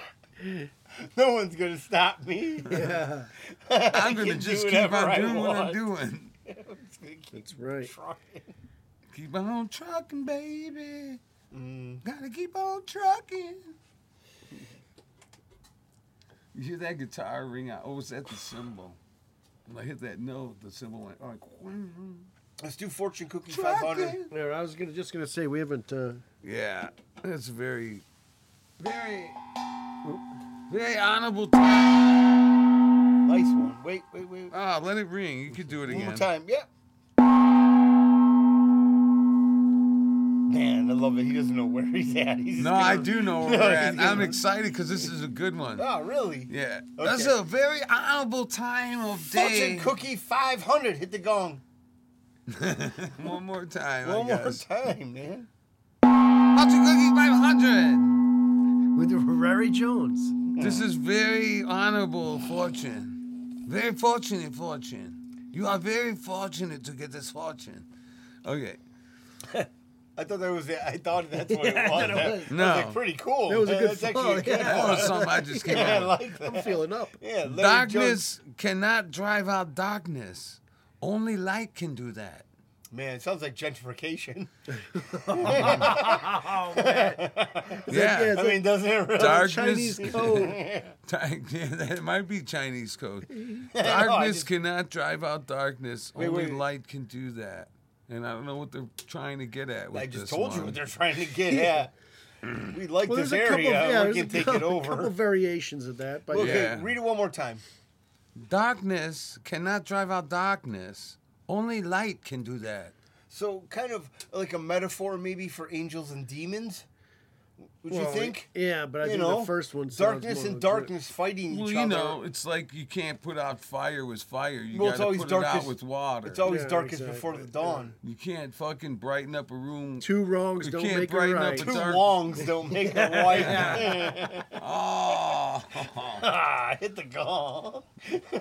Speaker 1: *laughs*
Speaker 3: no one's gonna stop me. *laughs*
Speaker 4: Yeah,
Speaker 1: I'm gonna
Speaker 3: can do
Speaker 1: just keep
Speaker 3: whatever
Speaker 1: on
Speaker 3: I
Speaker 1: doing what I'm
Speaker 3: want.
Speaker 1: doing.
Speaker 3: I'm just gonna keep
Speaker 4: that's *laughs* right.
Speaker 3: trying.
Speaker 1: Keep on trucking, baby.
Speaker 3: Mm.
Speaker 1: Gotta keep on trucking. You hear that guitar ring out? Oh, was that the cymbal? When I hit that note, the cymbal went like.
Speaker 3: Let's do Fortune Cookie 500.
Speaker 1: Trucking.
Speaker 4: Yeah, I was gonna just gonna say we haven't. Uh,
Speaker 1: Yeah, that's very, very, very honorable. T-
Speaker 3: Nice one. Wait, wait, wait.
Speaker 1: ah, let it ring. You could do it
Speaker 3: One more
Speaker 1: again.
Speaker 3: time. Yeah. Man, I love it. He doesn't know where he's at. He's just
Speaker 1: No,
Speaker 3: gonna-
Speaker 1: I do
Speaker 3: *laughs*
Speaker 1: know where we're at.
Speaker 3: he's gonna-
Speaker 1: I'm excited because this is a good one.
Speaker 3: Oh, really?
Speaker 1: Yeah.
Speaker 3: Okay.
Speaker 1: That's a very honorable time of day.
Speaker 3: Fortune cookie 500. Hit the gong.
Speaker 1: One more time,
Speaker 3: One
Speaker 1: I
Speaker 3: more
Speaker 1: guess.
Speaker 3: time, man.
Speaker 1: Fortune cookie 500.
Speaker 4: with Rary Jones.
Speaker 1: This is very honorable fortune. Very fortunate fortune. You are very fortunate to get this fortune. Okay.
Speaker 3: I thought that was it. I thought *laughs* that's what it was. That was
Speaker 1: No.
Speaker 3: like pretty cool.
Speaker 4: That was a
Speaker 3: man.
Speaker 4: good
Speaker 3: That's actually
Speaker 4: flow,
Speaker 3: a *laughs* good
Speaker 1: That was something I
Speaker 3: *laughs*
Speaker 1: just came
Speaker 3: one. I
Speaker 1: up with.
Speaker 3: like that.
Speaker 4: I'm feeling up.
Speaker 3: Yeah, Larry Jones-
Speaker 1: Darkness cannot drive out darkness. Only light can do that.
Speaker 3: Man, it sounds like gentrification.
Speaker 1: yeah.
Speaker 4: yeah,
Speaker 3: I
Speaker 4: It's
Speaker 3: mean, doesn't it really? *laughs*
Speaker 1: darkness. *laughs*
Speaker 4: Chinese code.
Speaker 1: Di- yeah, that might be Chinese
Speaker 3: *laughs*
Speaker 1: code.
Speaker 3: I
Speaker 1: Darkness
Speaker 3: just-
Speaker 1: cannot drive out darkness. Only
Speaker 3: wait.
Speaker 1: light can do that. And I don't know what they're trying to get at with
Speaker 3: I just
Speaker 1: this
Speaker 3: told you
Speaker 1: one.
Speaker 3: what they're trying to get at. We like
Speaker 4: Well,
Speaker 3: this
Speaker 4: there's a
Speaker 3: area.
Speaker 4: couple,
Speaker 1: uh,
Speaker 3: we
Speaker 4: yeah, there's a
Speaker 3: can take
Speaker 4: couple,
Speaker 3: it over.
Speaker 4: couple variations of that, but
Speaker 3: Okay,
Speaker 1: Yeah.
Speaker 3: read it one more time.
Speaker 1: Darkness cannot drive out darkness. Only light can do that.
Speaker 3: So, kind of like a metaphor, maybe for angels and demons. Would you
Speaker 4: Well,
Speaker 3: think?
Speaker 4: yeah, but I
Speaker 3: you
Speaker 4: think
Speaker 3: know,
Speaker 4: the first one sounds
Speaker 3: darkness
Speaker 4: more
Speaker 3: and
Speaker 4: legit.
Speaker 3: darkness fighting
Speaker 1: Well,
Speaker 3: each
Speaker 1: you
Speaker 3: other.
Speaker 1: know, it's like you can't put out fire with fire. You
Speaker 3: Well, it's
Speaker 1: gotta
Speaker 3: always
Speaker 1: put it out
Speaker 3: darkest-
Speaker 1: with water.
Speaker 3: it's always
Speaker 4: Yeah,
Speaker 3: darkest before the
Speaker 4: exactly, yeah.
Speaker 3: dawn.
Speaker 1: you can't fucking brighten up a room.
Speaker 4: Two wrongs
Speaker 1: You
Speaker 4: don't
Speaker 1: can't
Speaker 4: make a
Speaker 1: brighten up
Speaker 4: right.
Speaker 1: a
Speaker 3: Two
Speaker 1: Dark-
Speaker 3: longs don't make
Speaker 1: *laughs*
Speaker 3: a white.
Speaker 1: Oh,
Speaker 3: *laughs* ah, hit the gong.
Speaker 1: *laughs*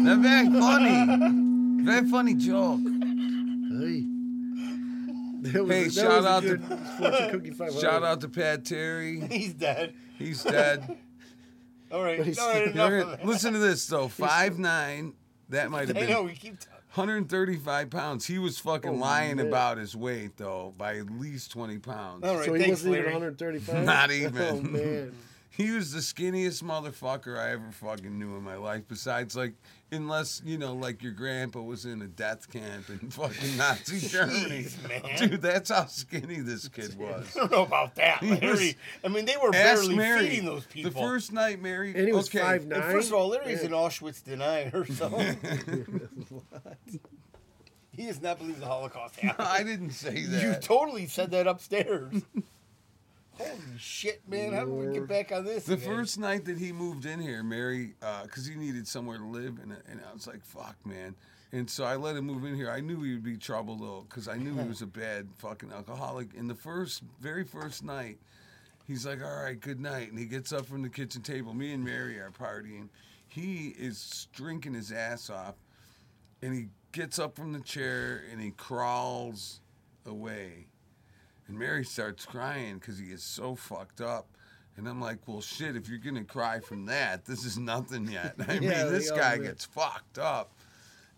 Speaker 1: they're very funny. Very funny joke.
Speaker 4: Hey. That was,
Speaker 1: Hey,
Speaker 4: that
Speaker 1: shout
Speaker 4: was a
Speaker 1: out to-
Speaker 4: good
Speaker 1: *laughs*
Speaker 4: fortune cookie 500.
Speaker 1: Shout out to Pat Terry.
Speaker 3: *laughs* He's dead. *laughs*
Speaker 1: He's dead.
Speaker 3: All right,
Speaker 4: he's-
Speaker 3: all right, enough of
Speaker 1: Look at-
Speaker 3: that.
Speaker 1: Listen to this though. Five nine. That might have
Speaker 3: I
Speaker 1: been
Speaker 3: know we keep. Talking.
Speaker 1: 135 pounds. He was
Speaker 3: Oh,
Speaker 1: fucking lying about his weight though by at least 20 pounds.
Speaker 3: All right,
Speaker 4: So he
Speaker 3: thanks,
Speaker 4: wasn't
Speaker 3: Larry. *clears throat*
Speaker 4: even 135.
Speaker 1: Not
Speaker 4: Oh
Speaker 1: even.
Speaker 4: man.
Speaker 1: He was the skinniest motherfucker I ever fucking knew in my life. Besides, like, unless you know, like your grandpa was in a death camp in *laughs* fucking Nazi Germany,
Speaker 3: man.
Speaker 1: dude. That's how skinny this kid
Speaker 3: *laughs*
Speaker 1: was.
Speaker 3: I don't know about that,
Speaker 1: He was-
Speaker 3: Larry. I mean, they were
Speaker 1: Ask
Speaker 3: barely
Speaker 1: Mary.
Speaker 3: feeding those people.
Speaker 1: The first night, Mary.
Speaker 4: And he was
Speaker 1: okay,
Speaker 4: five nine.
Speaker 3: And first of all, Larry's an Auschwitz denier, so
Speaker 1: *laughs*
Speaker 3: *laughs* he does not believe the Holocaust happened.
Speaker 1: *laughs* I didn't say that.
Speaker 3: You totally said
Speaker 1: *laughs*
Speaker 3: that upstairs. Holy shit, man! How do we get back on this?
Speaker 1: The
Speaker 3: man?
Speaker 1: first night that he moved in here, Mary, because he needed somewhere to live, and, and I was like, fuck, man. And so I let him move in here. I knew he would be trouble, though, because I knew he was a bad fucking alcoholic. And the first, very first night, he's like, all right, good night. And he gets up from the kitchen table. Me and Mary are partying. He is drinking his ass off, and he gets up from the chair and he crawls away. And Mary starts crying because he is so fucked up. And I'm like, well, shit, if you're going to cry from that, this is nothing yet. *laughs* I mean,
Speaker 4: Yeah,
Speaker 1: this
Speaker 4: yeah,
Speaker 1: guy
Speaker 4: man.
Speaker 1: gets fucked up.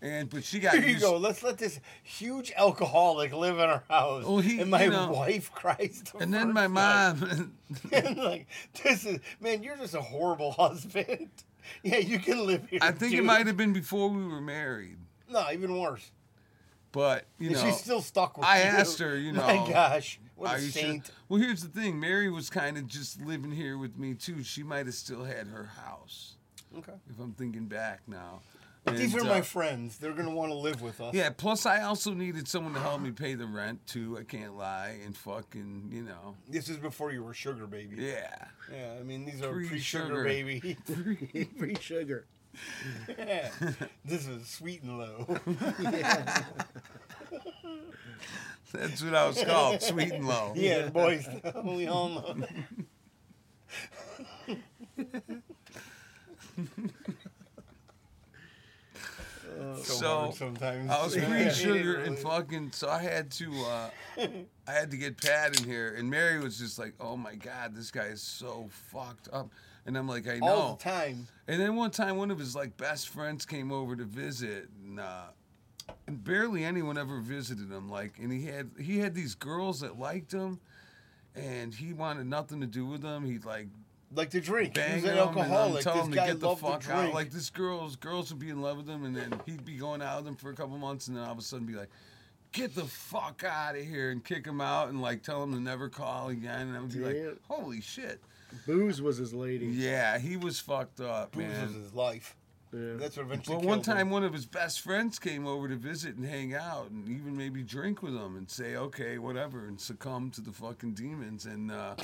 Speaker 1: And, but
Speaker 3: *laughs*
Speaker 1: she got
Speaker 3: Here you
Speaker 1: used-
Speaker 3: go. Let's let this huge alcoholic live in our house,
Speaker 1: Well, he-
Speaker 3: and my
Speaker 1: you know-
Speaker 3: wife cries. The
Speaker 1: And then
Speaker 3: first
Speaker 1: my
Speaker 3: night.
Speaker 1: mom, *laughs*
Speaker 3: *laughs* and like this is man, you're just a horrible *laughs* husband. yeah, you can live here.
Speaker 1: I think it
Speaker 3: dude.
Speaker 1: might have been before we were married.
Speaker 3: No, even worse.
Speaker 1: But, you
Speaker 3: And
Speaker 1: know.
Speaker 3: she's still stuck with
Speaker 1: I
Speaker 3: you.
Speaker 1: asked her, you know,
Speaker 3: *laughs* My gosh, what
Speaker 1: Are
Speaker 3: a
Speaker 1: you sure?
Speaker 3: saint.
Speaker 1: Well, here's the thing. Mary was kind of just living here with me too. She might have still had her house,
Speaker 3: Okay.
Speaker 1: if I'm thinking back now.
Speaker 3: But these
Speaker 1: And,
Speaker 3: are my
Speaker 1: uh,
Speaker 3: friends. They're gonna want to live with us.
Speaker 1: Yeah. Plus, I also needed someone to help me pay the rent too. I can't lie and fucking, you know.
Speaker 3: This is before you were sugar baby. Yeah,
Speaker 1: Yeah.
Speaker 3: I mean these are
Speaker 1: Free
Speaker 3: pre-sugar
Speaker 1: sugar. *laughs*
Speaker 3: baby.
Speaker 4: *laughs*
Speaker 3: *laughs*
Speaker 4: Free sugar.
Speaker 3: Yeah. this is sweet and low. *laughs*
Speaker 1: That's what I was
Speaker 3: *laughs*
Speaker 1: called, sweet and low.
Speaker 3: Yeah, boys, *laughs* we all know. *laughs*
Speaker 1: So,
Speaker 3: hard sometimes.
Speaker 1: I was
Speaker 3: Yeah,
Speaker 1: free
Speaker 3: it
Speaker 1: sugar
Speaker 3: really-
Speaker 1: and fucking. So I had to, uh, I had to get Pat in here, and Mary was just like, "Oh my god, this guy is so fucked up," and I'm like, "I know."
Speaker 3: all the time.
Speaker 1: And then one time, one of his like best friends came over to visit, and, uh, and barely anyone ever visited him. Like, and he had he had these girls that liked him, and he wanted nothing to do with them. He'd like
Speaker 3: Like to drink. He
Speaker 1: bang
Speaker 3: was
Speaker 1: them
Speaker 3: an
Speaker 1: and I'm
Speaker 3: alcoholic.
Speaker 1: telling him
Speaker 3: this
Speaker 1: to
Speaker 3: guy
Speaker 1: get the
Speaker 3: loved
Speaker 1: fuck
Speaker 3: to drink.
Speaker 1: out. Like this girls girls would be in love with him, and then he'd be going out with them for a couple months, and then all of a sudden be like. Get the fuck out of here and kick him out and like tell him to never call again. And I would be
Speaker 4: Yeah.
Speaker 1: like, holy shit.
Speaker 4: Booze was his lady.
Speaker 1: Yeah, he was fucked up,
Speaker 3: Booze
Speaker 1: man.
Speaker 3: was his life. That's what eventually.
Speaker 1: But one
Speaker 3: killed him.
Speaker 1: time, one of his best friends came over to visit and hang out, and even maybe drink with him, and say, "Okay, whatever," and succumb to the fucking demons. And uh,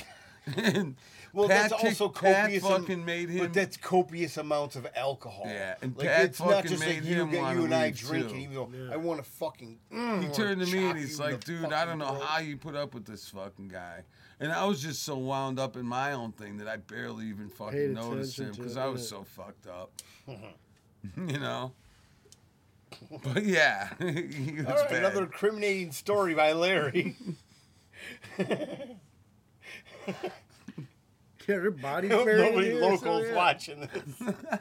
Speaker 1: *laughs* and
Speaker 3: Well,
Speaker 1: Pat
Speaker 3: that's
Speaker 1: kicked-
Speaker 3: also
Speaker 1: Pat
Speaker 3: copious. am-
Speaker 1: fucking made him.
Speaker 3: But that's copious amounts of alcohol.
Speaker 1: Yeah, and Pat fucking made
Speaker 3: you,
Speaker 1: him
Speaker 3: get-
Speaker 1: wanna
Speaker 3: you and I
Speaker 1: leave,
Speaker 3: drinking.
Speaker 1: too. Mm,
Speaker 3: Even though I want to fucking. mm,
Speaker 1: he turned to me and he's like, dude, I don't know how you put up with this fucking guy. And I was just so wound up in my own thing that I barely even fucking
Speaker 4: Paid
Speaker 1: noticed
Speaker 4: attention
Speaker 1: him
Speaker 4: to
Speaker 1: because
Speaker 4: it,
Speaker 1: I was
Speaker 4: yeah.
Speaker 1: so fucked up. *laughs*
Speaker 3: Mm-hmm.
Speaker 1: you know? But yeah, *laughs* he was
Speaker 3: All right,
Speaker 1: bad.
Speaker 3: another incriminating story by
Speaker 1: *laughs*
Speaker 3: Larry.
Speaker 4: Yeah, her body's buried in
Speaker 3: Nobody
Speaker 4: here or
Speaker 3: locals
Speaker 4: something, yeah.
Speaker 3: watching this.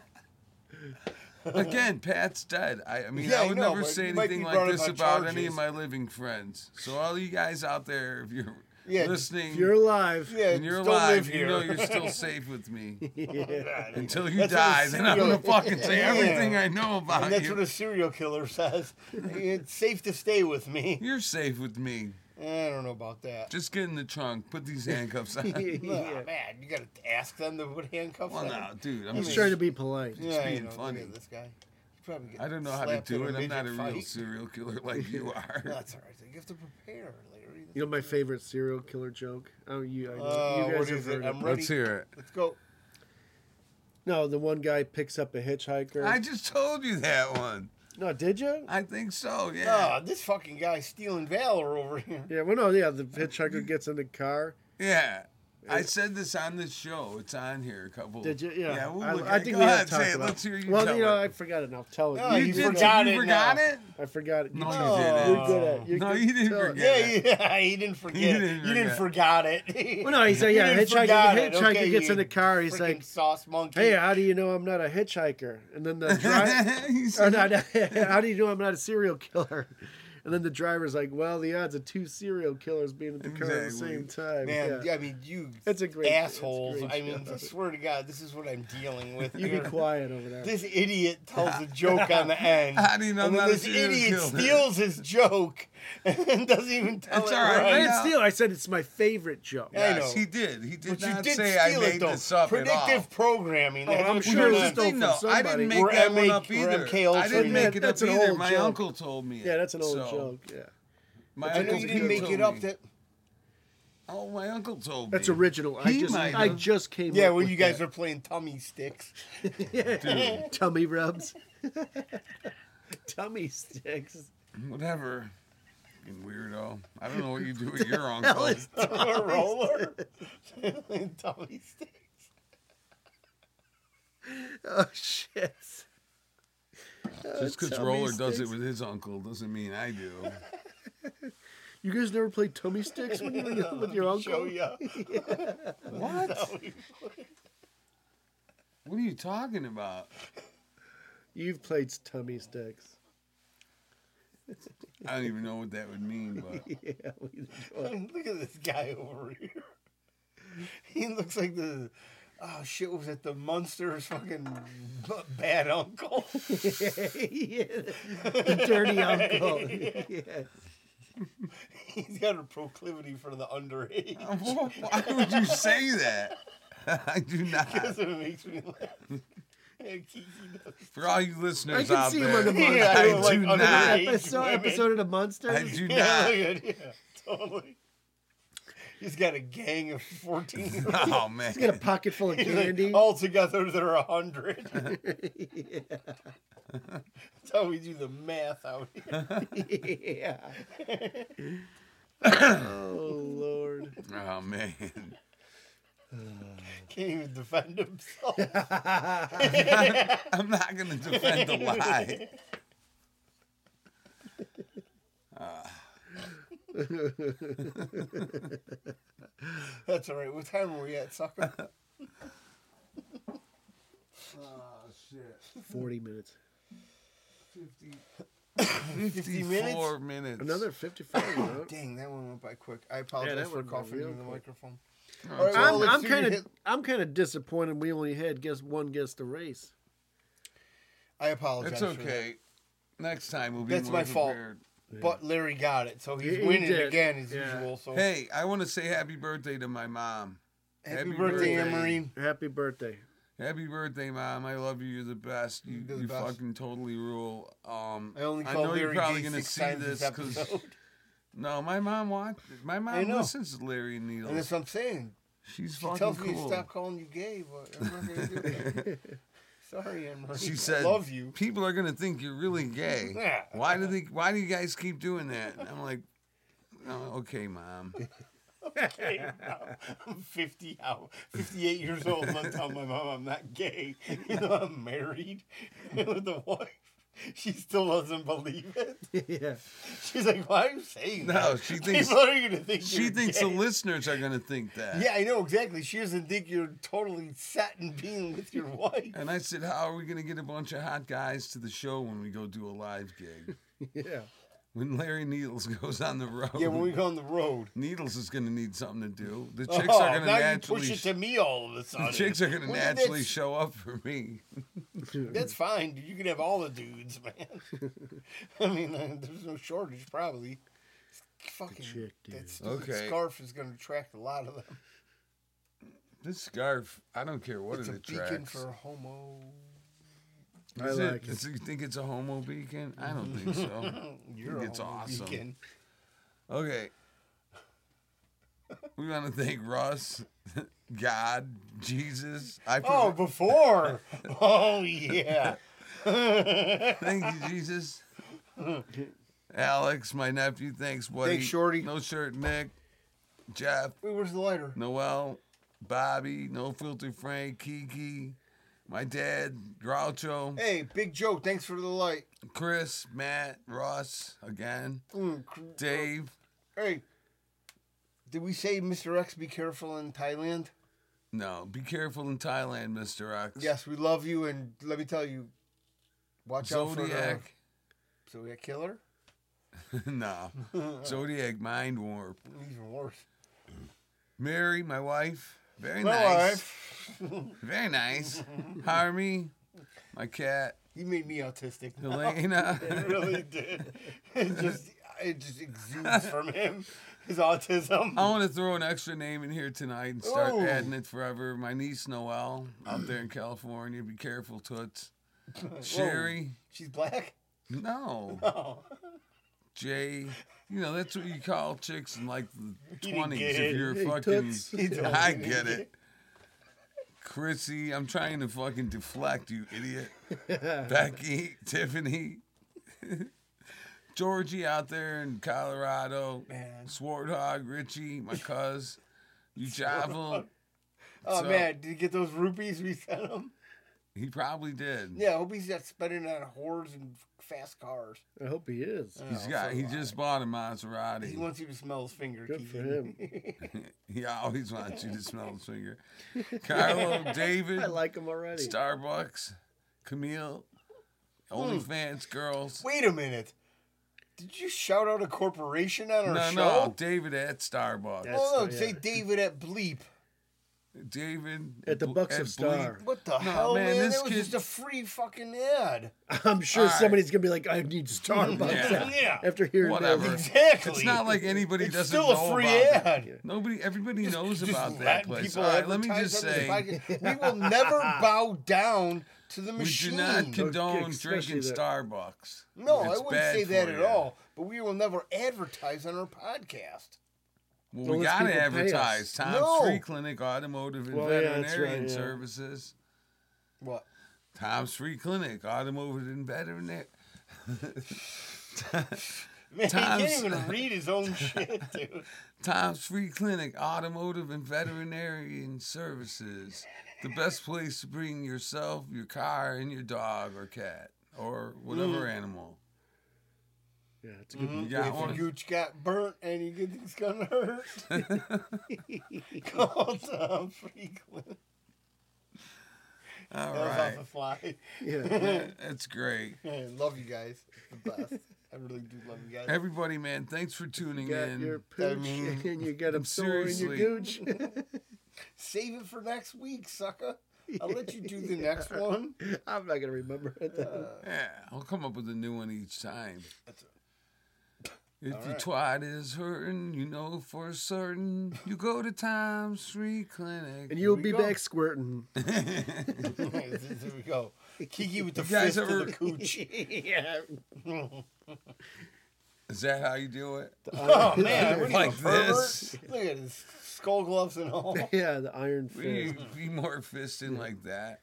Speaker 1: Again, Pat's dead. I, I mean,
Speaker 3: Yeah,
Speaker 1: I
Speaker 3: I
Speaker 1: would
Speaker 3: know,
Speaker 1: never
Speaker 3: but
Speaker 1: say
Speaker 3: you might be
Speaker 1: anything
Speaker 3: brought
Speaker 1: like
Speaker 3: up
Speaker 1: this
Speaker 3: on
Speaker 1: about any
Speaker 3: charges.
Speaker 1: of my living friends. So all you guys out there, if you're
Speaker 3: Yeah,
Speaker 1: listening
Speaker 4: If you're alive. *laughs*
Speaker 3: Yeah,
Speaker 1: and you're
Speaker 3: don't
Speaker 1: alive,
Speaker 3: live
Speaker 1: you
Speaker 3: here. *laughs*
Speaker 1: know you're still safe with me.
Speaker 3: Yeah,
Speaker 1: Until you
Speaker 3: that's what a
Speaker 1: die, then I'm
Speaker 3: serial-
Speaker 1: gonna fucking
Speaker 3: *laughs*
Speaker 1: say
Speaker 3: Yeah.
Speaker 1: everything I know about
Speaker 3: And that's
Speaker 1: you.
Speaker 3: what a serial killer says. it's safe to stay with me.
Speaker 1: You're safe with me.
Speaker 3: I don't know
Speaker 1: *laughs*
Speaker 3: about that.
Speaker 1: Just get in the trunk. Put
Speaker 3: *laughs*
Speaker 1: these handcuffs on.
Speaker 3: Nah,
Speaker 4: *laughs* yeah.
Speaker 3: man, you gotta ask them to put handcuffs
Speaker 1: well,
Speaker 3: on.
Speaker 1: no, dude. I'm
Speaker 3: He's
Speaker 4: He's
Speaker 1: just,
Speaker 4: trying to be polite.
Speaker 3: yeah,
Speaker 1: being
Speaker 3: you know, look
Speaker 1: funny.
Speaker 3: at This guy. You probably get
Speaker 1: I don't know how to
Speaker 3: slapped in
Speaker 1: do it. I'm not a
Speaker 3: midget
Speaker 1: real
Speaker 3: fight.
Speaker 1: serial
Speaker 3: *laughs*
Speaker 1: killer like you are.
Speaker 3: That's all right. You have to prepare, Larry.
Speaker 4: You know my favorite serial killer joke. Oh, you, I know.
Speaker 3: Uh,
Speaker 4: you guys
Speaker 3: what
Speaker 4: have
Speaker 3: is it?
Speaker 4: heard it.
Speaker 3: I'm ready.
Speaker 1: Let's hear
Speaker 3: Let's go.
Speaker 4: No, the one guy picks up a hitchhiker.
Speaker 1: it. I just told you that one.
Speaker 4: no, did you?
Speaker 1: I think so. Yeah.
Speaker 3: Ah, this fucking guy stealing valor
Speaker 1: *laughs*
Speaker 3: over here.
Speaker 4: yeah. Well, no. Yeah, the hitchhiker gets in the car.
Speaker 1: Yeah. I said this on the show. It's on here a couple.
Speaker 4: Did you? Yeah.
Speaker 1: Yeah. We'll
Speaker 4: I,
Speaker 1: look
Speaker 4: I
Speaker 1: at it.
Speaker 4: think
Speaker 1: Go
Speaker 4: we
Speaker 1: ahead.
Speaker 4: have talked
Speaker 1: Say it.
Speaker 4: about.
Speaker 1: Let's hear you.
Speaker 4: Well,
Speaker 1: tell
Speaker 4: you know, I
Speaker 1: it.
Speaker 4: forgot it now. Tell it.
Speaker 3: No,
Speaker 1: you
Speaker 3: you
Speaker 1: did.
Speaker 3: forgot
Speaker 1: you
Speaker 3: it
Speaker 1: forgot
Speaker 3: now.
Speaker 1: it.
Speaker 4: I forgot it.
Speaker 1: No,
Speaker 4: You-
Speaker 1: you didn't.
Speaker 4: You're good at. You're
Speaker 1: No,
Speaker 4: good
Speaker 1: you
Speaker 4: at
Speaker 1: didn't
Speaker 4: telling.
Speaker 1: forget.
Speaker 3: Yeah, yeah, *laughs*
Speaker 1: *laughs*
Speaker 3: he didn't forget.
Speaker 1: You
Speaker 3: it.
Speaker 1: didn't
Speaker 3: you didn't forgot it. *laughs*
Speaker 4: Well, no, he's like,
Speaker 3: You
Speaker 4: yeah,
Speaker 3: didn't
Speaker 4: hitchhiker.
Speaker 3: forgot it,
Speaker 4: hitchhiker
Speaker 3: okay,
Speaker 4: gets
Speaker 3: you
Speaker 4: in the car. He's
Speaker 3: freaking
Speaker 4: like,
Speaker 3: sauce monkey.
Speaker 4: hey, how do you know I'm not a hitchhiker? And
Speaker 1: *laughs*
Speaker 4: then the driver.
Speaker 1: He
Speaker 4: or
Speaker 1: said-
Speaker 4: not, *laughs* how do you know I'm not a serial killer? And then the driver's like, well, the odds of two serial killers being in the car at the
Speaker 1: Exactly.
Speaker 4: same time.
Speaker 3: man,
Speaker 4: yeah.
Speaker 3: I mean, you
Speaker 4: That's a great- that's a
Speaker 3: assholes.
Speaker 4: great
Speaker 3: I mean,
Speaker 4: joke.
Speaker 3: I swear to God, this is what I'm dealing with.
Speaker 4: *laughs* You
Speaker 3: here.
Speaker 4: be quiet over
Speaker 1: *laughs*
Speaker 4: there.
Speaker 3: This idiot tells a joke on the end.
Speaker 1: How do you know
Speaker 3: and then
Speaker 1: not a
Speaker 3: this
Speaker 1: serial
Speaker 3: idiot
Speaker 1: killer?
Speaker 3: steals his joke *laughs* and doesn't even tell
Speaker 1: That's
Speaker 3: it
Speaker 1: all right,
Speaker 4: I
Speaker 1: right
Speaker 4: didn't
Speaker 1: now.
Speaker 4: steal. I said it's my favorite joke.
Speaker 3: Yeah, I
Speaker 1: Yes,
Speaker 3: know.
Speaker 1: he did. He did
Speaker 3: But you
Speaker 1: not
Speaker 3: did
Speaker 1: say
Speaker 3: steal
Speaker 1: I made
Speaker 3: it though.
Speaker 1: this up at all.
Speaker 3: Predictive programming. That's
Speaker 4: I'm
Speaker 3: what
Speaker 4: sure
Speaker 3: you
Speaker 1: Here's
Speaker 4: it was
Speaker 1: the
Speaker 3: learned.
Speaker 4: stole
Speaker 1: thing,
Speaker 4: from
Speaker 1: though. I didn't
Speaker 4: somebody.
Speaker 1: make
Speaker 3: Or
Speaker 1: that
Speaker 3: MK
Speaker 1: one up
Speaker 3: or
Speaker 1: either.
Speaker 3: MK
Speaker 1: I
Speaker 3: Ultra.
Speaker 1: didn't make it up
Speaker 4: That's an
Speaker 1: either.
Speaker 4: old
Speaker 1: My
Speaker 4: joke.
Speaker 1: uncle told me. It.
Speaker 4: Yeah, that's an old
Speaker 1: So,
Speaker 4: joke. Yeah,
Speaker 1: My
Speaker 3: I know
Speaker 1: uncle
Speaker 3: you didn't
Speaker 1: Peter
Speaker 3: make it
Speaker 1: told
Speaker 3: up.
Speaker 1: me.
Speaker 3: That
Speaker 1: Oh, my uncle told me.
Speaker 4: that's original. I
Speaker 1: He
Speaker 4: just
Speaker 1: might
Speaker 4: I
Speaker 1: have.
Speaker 4: just came.
Speaker 3: yeah,
Speaker 4: up
Speaker 3: when
Speaker 4: with
Speaker 3: you guys
Speaker 4: that. *laughs*
Speaker 3: were playing tummy *laughs* sticks.
Speaker 4: yeah. tummy rubs, *laughs* tummy sticks.
Speaker 1: Whatever. Fucking weirdo. I don't know what you do with
Speaker 4: *laughs*
Speaker 1: your
Speaker 4: Hell
Speaker 1: uncle.
Speaker 4: is
Speaker 3: a roller. *laughs* tummy sticks.
Speaker 4: oh shit.
Speaker 1: Just because
Speaker 4: tummy
Speaker 1: Roller does it
Speaker 4: sticks.
Speaker 1: with his uncle doesn't mean I
Speaker 3: *laughs*
Speaker 1: do.
Speaker 4: You guys never played tummy sticks when you were young with your
Speaker 3: Show
Speaker 4: uncle?
Speaker 3: ya.
Speaker 1: What? What are you talking about?
Speaker 4: You've played tummy sticks. *laughs*
Speaker 1: I don't even know what that would mean, but
Speaker 3: *laughs*
Speaker 1: *laughs*
Speaker 4: Yeah, we-
Speaker 3: Look at this guy over here. He looks like the. Oh shit! Was it the Munsters fucking *laughs* b- bad uncle?
Speaker 4: yeah. The dirty uncle. Yeah.
Speaker 3: He's got a proclivity for the underage.
Speaker 4: Oh,
Speaker 3: *laughs*
Speaker 1: why would you say that? *laughs* I do not.
Speaker 3: That's what makes me laugh.
Speaker 4: *laughs*
Speaker 3: Yeah, Kiki does.
Speaker 1: For all you
Speaker 4: I
Speaker 1: listeners
Speaker 4: can
Speaker 1: out
Speaker 4: see him
Speaker 1: there,
Speaker 4: on the
Speaker 1: *laughs* I,
Speaker 4: monster.
Speaker 3: Yeah, I like
Speaker 1: do
Speaker 3: underage
Speaker 1: not.
Speaker 4: Episode,
Speaker 3: women.
Speaker 4: episode of the monster.
Speaker 1: I do
Speaker 3: Yeah,
Speaker 1: not.
Speaker 3: look at, yeah, totally. He's got a gang of 14 year olds.
Speaker 1: *laughs* Oh
Speaker 4: *laughs* Get a
Speaker 1: man,
Speaker 4: pocket full of candy. *laughs*
Speaker 3: All together, they're 100. *laughs* That's how we do the math out
Speaker 4: *laughs*
Speaker 3: here.
Speaker 4: yeah. oh lord.
Speaker 1: oh man.
Speaker 3: Can't even defend himself.
Speaker 1: I'm not gonna defend the
Speaker 3: *laughs*
Speaker 1: lie.
Speaker 3: That's all right. What time are we at, sucker?
Speaker 1: Oh shit.
Speaker 4: Forty minutes.
Speaker 1: 50
Speaker 3: minutes?
Speaker 1: minutes. minutes.
Speaker 4: Another fifty-four.
Speaker 3: *coughs*
Speaker 4: you know?
Speaker 3: Dang, that one went by quick. I apologize
Speaker 4: that
Speaker 3: for
Speaker 4: went by
Speaker 3: coughing
Speaker 4: real
Speaker 3: into the
Speaker 4: quick.
Speaker 3: microphone.
Speaker 1: Oh,
Speaker 3: All right, well,
Speaker 4: I'm,
Speaker 3: let's
Speaker 4: I'm
Speaker 3: do your
Speaker 4: kind of
Speaker 3: hit-
Speaker 4: I'm kind of disappointed we only had guess one guess the race.
Speaker 3: I apologize.
Speaker 1: It's
Speaker 3: for
Speaker 1: okay. Next time we'll be
Speaker 3: That's
Speaker 1: more
Speaker 3: my fault.
Speaker 1: prepared.
Speaker 3: that. But Larry got it, so he's
Speaker 4: He- he
Speaker 3: winning
Speaker 4: did.
Speaker 3: again as
Speaker 4: Yeah.
Speaker 3: usual. So
Speaker 1: Hey, I want to say happy birthday to my mom.
Speaker 3: happy,
Speaker 1: happy
Speaker 3: birthday,
Speaker 1: birthday.
Speaker 3: Amarine.
Speaker 4: Happy birthday.
Speaker 1: Happy birthday, mom. I love you. You're the best. You,
Speaker 3: You're the
Speaker 1: you
Speaker 3: best.
Speaker 1: fucking totally rule. Um,
Speaker 3: I only
Speaker 1: I
Speaker 3: called
Speaker 1: know you're
Speaker 3: Larry
Speaker 1: probably
Speaker 3: Gay
Speaker 1: gonna
Speaker 3: six
Speaker 1: see
Speaker 3: times
Speaker 1: this
Speaker 3: this
Speaker 1: because
Speaker 3: episode.
Speaker 1: *laughs* no, my mom watch. My mom
Speaker 3: know.
Speaker 1: listens to Larry
Speaker 3: And that's
Speaker 1: Needles.
Speaker 3: what I'm saying.
Speaker 1: She's
Speaker 3: She
Speaker 1: fucking
Speaker 3: tells
Speaker 1: cool.
Speaker 3: me to stop calling you gay, but I'm not gonna do that.
Speaker 1: *laughs*
Speaker 3: Sorry, Anne Marie.
Speaker 1: She said,
Speaker 3: I
Speaker 1: *laughs*
Speaker 3: love you.
Speaker 1: People are gonna think you're really gay.
Speaker 3: *laughs* Yeah.
Speaker 1: Why do they? Why do you guys keep doing that?" And I'm like, "Oh, "Okay,
Speaker 3: *laughs*
Speaker 1: mom."
Speaker 3: Hey, Mom, I'm 50 now, 58 years old. and I'm telling my mom I'm not gay. You know, I'm married *laughs* with a wife. She still doesn't believe it.
Speaker 4: yeah.
Speaker 3: She's like, why are you saying that?
Speaker 1: No, she thinks-
Speaker 3: People are gonna think
Speaker 1: She
Speaker 3: you're
Speaker 1: thinks
Speaker 3: gay.
Speaker 1: the listeners are gonna think that.
Speaker 3: Yeah, I know exactly. She doesn't think you're totally set in being with your wife.
Speaker 1: *laughs* And I said, "How are we gonna get a bunch of hot guys to the show when we go do a live gig?
Speaker 4: Yeah.
Speaker 1: When Larry Needles *laughs* goes on the road?"
Speaker 3: Yeah, when we go on the road.
Speaker 1: Needles is gonna need something to do. The chicks
Speaker 3: oh,
Speaker 1: are gonna
Speaker 3: now
Speaker 1: naturally.
Speaker 3: you push it to me all of a sudden.
Speaker 1: the *laughs* chicks are gonna
Speaker 3: Well,
Speaker 1: naturally
Speaker 3: that's-
Speaker 1: show up for me.
Speaker 3: That's fine. dude. You can have all the dudes, man. *laughs* I mean, uh, there's no shortage, probably. Fucking
Speaker 4: chick
Speaker 3: that
Speaker 4: dudes.
Speaker 3: stupid
Speaker 1: Okay.
Speaker 3: scarf is going to attract a lot of them.
Speaker 1: This scarf, I don't care what
Speaker 3: it's
Speaker 1: it
Speaker 3: a
Speaker 1: attracts.
Speaker 3: beacon for homo.
Speaker 4: I
Speaker 1: Is it-
Speaker 4: like it.
Speaker 1: is- you think it's a homo beacon? I don't think
Speaker 3: *laughs*
Speaker 1: so.
Speaker 3: You're
Speaker 1: It's
Speaker 3: a homo
Speaker 1: awesome. *laughs*
Speaker 3: beacon.
Speaker 1: Okay. We want to thank Russ, *laughs* God, Jesus. I
Speaker 3: Oh,
Speaker 1: for-
Speaker 3: before. *laughs* oh yeah.
Speaker 1: thank you,
Speaker 3: *laughs*
Speaker 1: Jesus. Alex, my nephew. Thanks, buddy.
Speaker 3: Thanks, Shorty.
Speaker 1: No shirt, Nick, Jeff,
Speaker 3: Wait, where's the lighter?
Speaker 1: *laughs* Noel, Bobby, No Filter, Frank, Kiki, my dad, Groucho,
Speaker 3: Hey, Big Joe, thanks for the light.
Speaker 1: Chris, Matt, Russ, again,
Speaker 3: Mm, cr-
Speaker 1: Dave.
Speaker 3: Hey, did we say Mr. X be careful in Thailand?
Speaker 1: No, be careful in Thailand, Mister X.
Speaker 3: Yes, we love you, and let me tell you, watch out for the
Speaker 1: Zodiac.
Speaker 3: Zodiac killer.
Speaker 1: *laughs*
Speaker 3: *laughs*
Speaker 1: no. Zodiac mind warp.
Speaker 3: Even worse.
Speaker 1: Mary, my wife. Very *laughs*
Speaker 3: My
Speaker 1: nice.
Speaker 3: wife. *laughs*
Speaker 1: Very nice. Harmy, my
Speaker 3: *laughs*
Speaker 1: cat.
Speaker 3: You made me autistic. *laughs* It
Speaker 1: Helena.
Speaker 3: really did. It just it just exudes from him. His autism.
Speaker 1: I want to throw an extra name in here tonight and start
Speaker 3: Ooh.
Speaker 1: adding it forever. My niece Noelle out there in California. Be careful,
Speaker 3: *laughs*
Speaker 1: Toots. Sherry.
Speaker 3: She's black.
Speaker 1: No.
Speaker 3: Oh.
Speaker 1: Jay. You know, that's what you call chicks in like the
Speaker 3: *laughs* He didn't
Speaker 1: 20s
Speaker 3: get
Speaker 1: if
Speaker 3: it.
Speaker 1: you're
Speaker 4: Hey,
Speaker 1: fucking. *laughs*
Speaker 4: Toots.
Speaker 3: He told
Speaker 1: I
Speaker 3: me.
Speaker 1: get it. Chrissy, I'm trying to fucking deflect, you idiot.
Speaker 3: *laughs*
Speaker 1: Becky, Tiffany, *laughs* Georgie out there in Colorado,
Speaker 3: Man.
Speaker 1: Swarthog, Richie,
Speaker 3: *laughs*
Speaker 1: my cuz, Ujavel.
Speaker 3: Oh
Speaker 1: So-
Speaker 3: man, did you get those rupees we sent him?
Speaker 1: He probably did.
Speaker 3: Yeah, I hope he's not spending on whores and fast cars.
Speaker 4: I hope he is.
Speaker 1: He's
Speaker 3: Oh,
Speaker 1: got.
Speaker 3: so
Speaker 1: He
Speaker 3: do I.
Speaker 1: just bought a
Speaker 3: He
Speaker 1: Maserati.
Speaker 3: wants you to smell his finger.
Speaker 4: Good for
Speaker 3: Keegan.
Speaker 4: him.
Speaker 3: *laughs*
Speaker 1: He always wants you to smell his finger. Carlo, David,
Speaker 4: I like him already.
Speaker 1: Starbucks, Camille, OnlyFans girls.
Speaker 3: Hmm. Wait a minute. Did you shout out a corporation on our
Speaker 1: No,
Speaker 3: show?
Speaker 1: no, David at Starbucks.
Speaker 4: Yes.
Speaker 3: Oh no,
Speaker 4: That's-
Speaker 3: say
Speaker 4: yeah.
Speaker 3: David at Bleep.
Speaker 1: David
Speaker 4: At the Bucks of
Speaker 1: Bleak.
Speaker 4: Star.
Speaker 3: What the hell,
Speaker 1: man,
Speaker 3: man?
Speaker 1: this
Speaker 3: that was
Speaker 1: kid-
Speaker 3: just a free fucking ad.
Speaker 4: I'm sure
Speaker 1: All right.
Speaker 4: somebody's gonna be like, I need Starbucks *laughs*
Speaker 1: Yeah.
Speaker 3: Yeah.
Speaker 4: after hearing
Speaker 1: Whatever.
Speaker 4: that.
Speaker 3: Exactly.
Speaker 1: It's not like anybody
Speaker 3: It's
Speaker 1: doesn't
Speaker 3: still
Speaker 1: know
Speaker 3: a free
Speaker 1: about that.
Speaker 3: ad.
Speaker 1: Nobody, everybody knows
Speaker 3: Just
Speaker 1: about
Speaker 3: let
Speaker 1: that place.
Speaker 3: people
Speaker 1: All right, let me
Speaker 3: advertise
Speaker 1: just
Speaker 3: on this
Speaker 1: say, *laughs*
Speaker 3: podcast. we will never bow down to the
Speaker 1: we do
Speaker 3: machine.
Speaker 1: not condone
Speaker 4: especially
Speaker 1: drinking
Speaker 4: that-
Speaker 1: Starbucks.
Speaker 3: no, I
Speaker 1: It's
Speaker 3: wouldn't
Speaker 1: bad
Speaker 3: say that
Speaker 1: for
Speaker 3: at
Speaker 1: you.
Speaker 3: all. But we will never advertise on our podcast.
Speaker 1: Well,
Speaker 4: Well,
Speaker 1: we
Speaker 4: those
Speaker 1: got to
Speaker 4: people pay us.
Speaker 1: advertise. Tom's
Speaker 3: No.
Speaker 1: Free Clinic, Automotive and
Speaker 4: Well, yeah, that's
Speaker 1: Veterinarian
Speaker 4: right, yeah.
Speaker 1: Services.
Speaker 3: What?
Speaker 1: Tom's Free Clinic, Automotive and Veterinarian.
Speaker 3: Man, he
Speaker 1: Times-
Speaker 3: can't even read his
Speaker 1: *laughs*
Speaker 3: own shit, dude.
Speaker 1: Tom's Free Clinic, Automotive and Veterinarian Services. The best place to bring yourself, your car, and your dog or cat or whatever animal.
Speaker 4: Yeah, it's a good.
Speaker 1: You
Speaker 3: Mm. If
Speaker 1: got
Speaker 3: your
Speaker 1: one?
Speaker 3: gooch got burnt and you get it's gonna
Speaker 1: *laughs*
Speaker 3: hurt, call Tom um, Franklin.
Speaker 1: All
Speaker 3: That was off
Speaker 1: right.
Speaker 3: the fly.
Speaker 4: Yeah.
Speaker 1: That's great.
Speaker 3: I love you guys. The best. I really do love you guys.
Speaker 1: Everybody, man, thanks for tuning
Speaker 4: You got
Speaker 1: in.
Speaker 4: your pooch
Speaker 3: mean,
Speaker 4: *laughs* and you got a sore in your
Speaker 1: seriously.
Speaker 4: gooch. *laughs*
Speaker 3: Save it for next week, sucker. I'll let you
Speaker 1: *laughs*
Speaker 3: do the next one.
Speaker 4: I'm not gonna remember it. Then.
Speaker 3: *laughs*
Speaker 1: Yeah, I'll come up with a new one each time. If your
Speaker 3: right.
Speaker 1: twat is hurting, you know for certain, you go to Times Street Clinic. *laughs*
Speaker 4: And you'll
Speaker 3: we
Speaker 4: be
Speaker 3: go.
Speaker 4: back squirting.
Speaker 3: There we go. Kiki with the
Speaker 1: guys
Speaker 3: fist of
Speaker 1: ever- *laughs*
Speaker 3: the cooch.
Speaker 4: yeah.
Speaker 1: Is that how you do
Speaker 4: *laughs*
Speaker 1: it?
Speaker 3: Oh man, what are you,
Speaker 1: Like
Speaker 3: a pervert?
Speaker 1: this.
Speaker 3: Look at his skull gloves and all. Look
Speaker 4: Yeah, the iron
Speaker 1: You
Speaker 4: fist.
Speaker 1: be more fisting like that.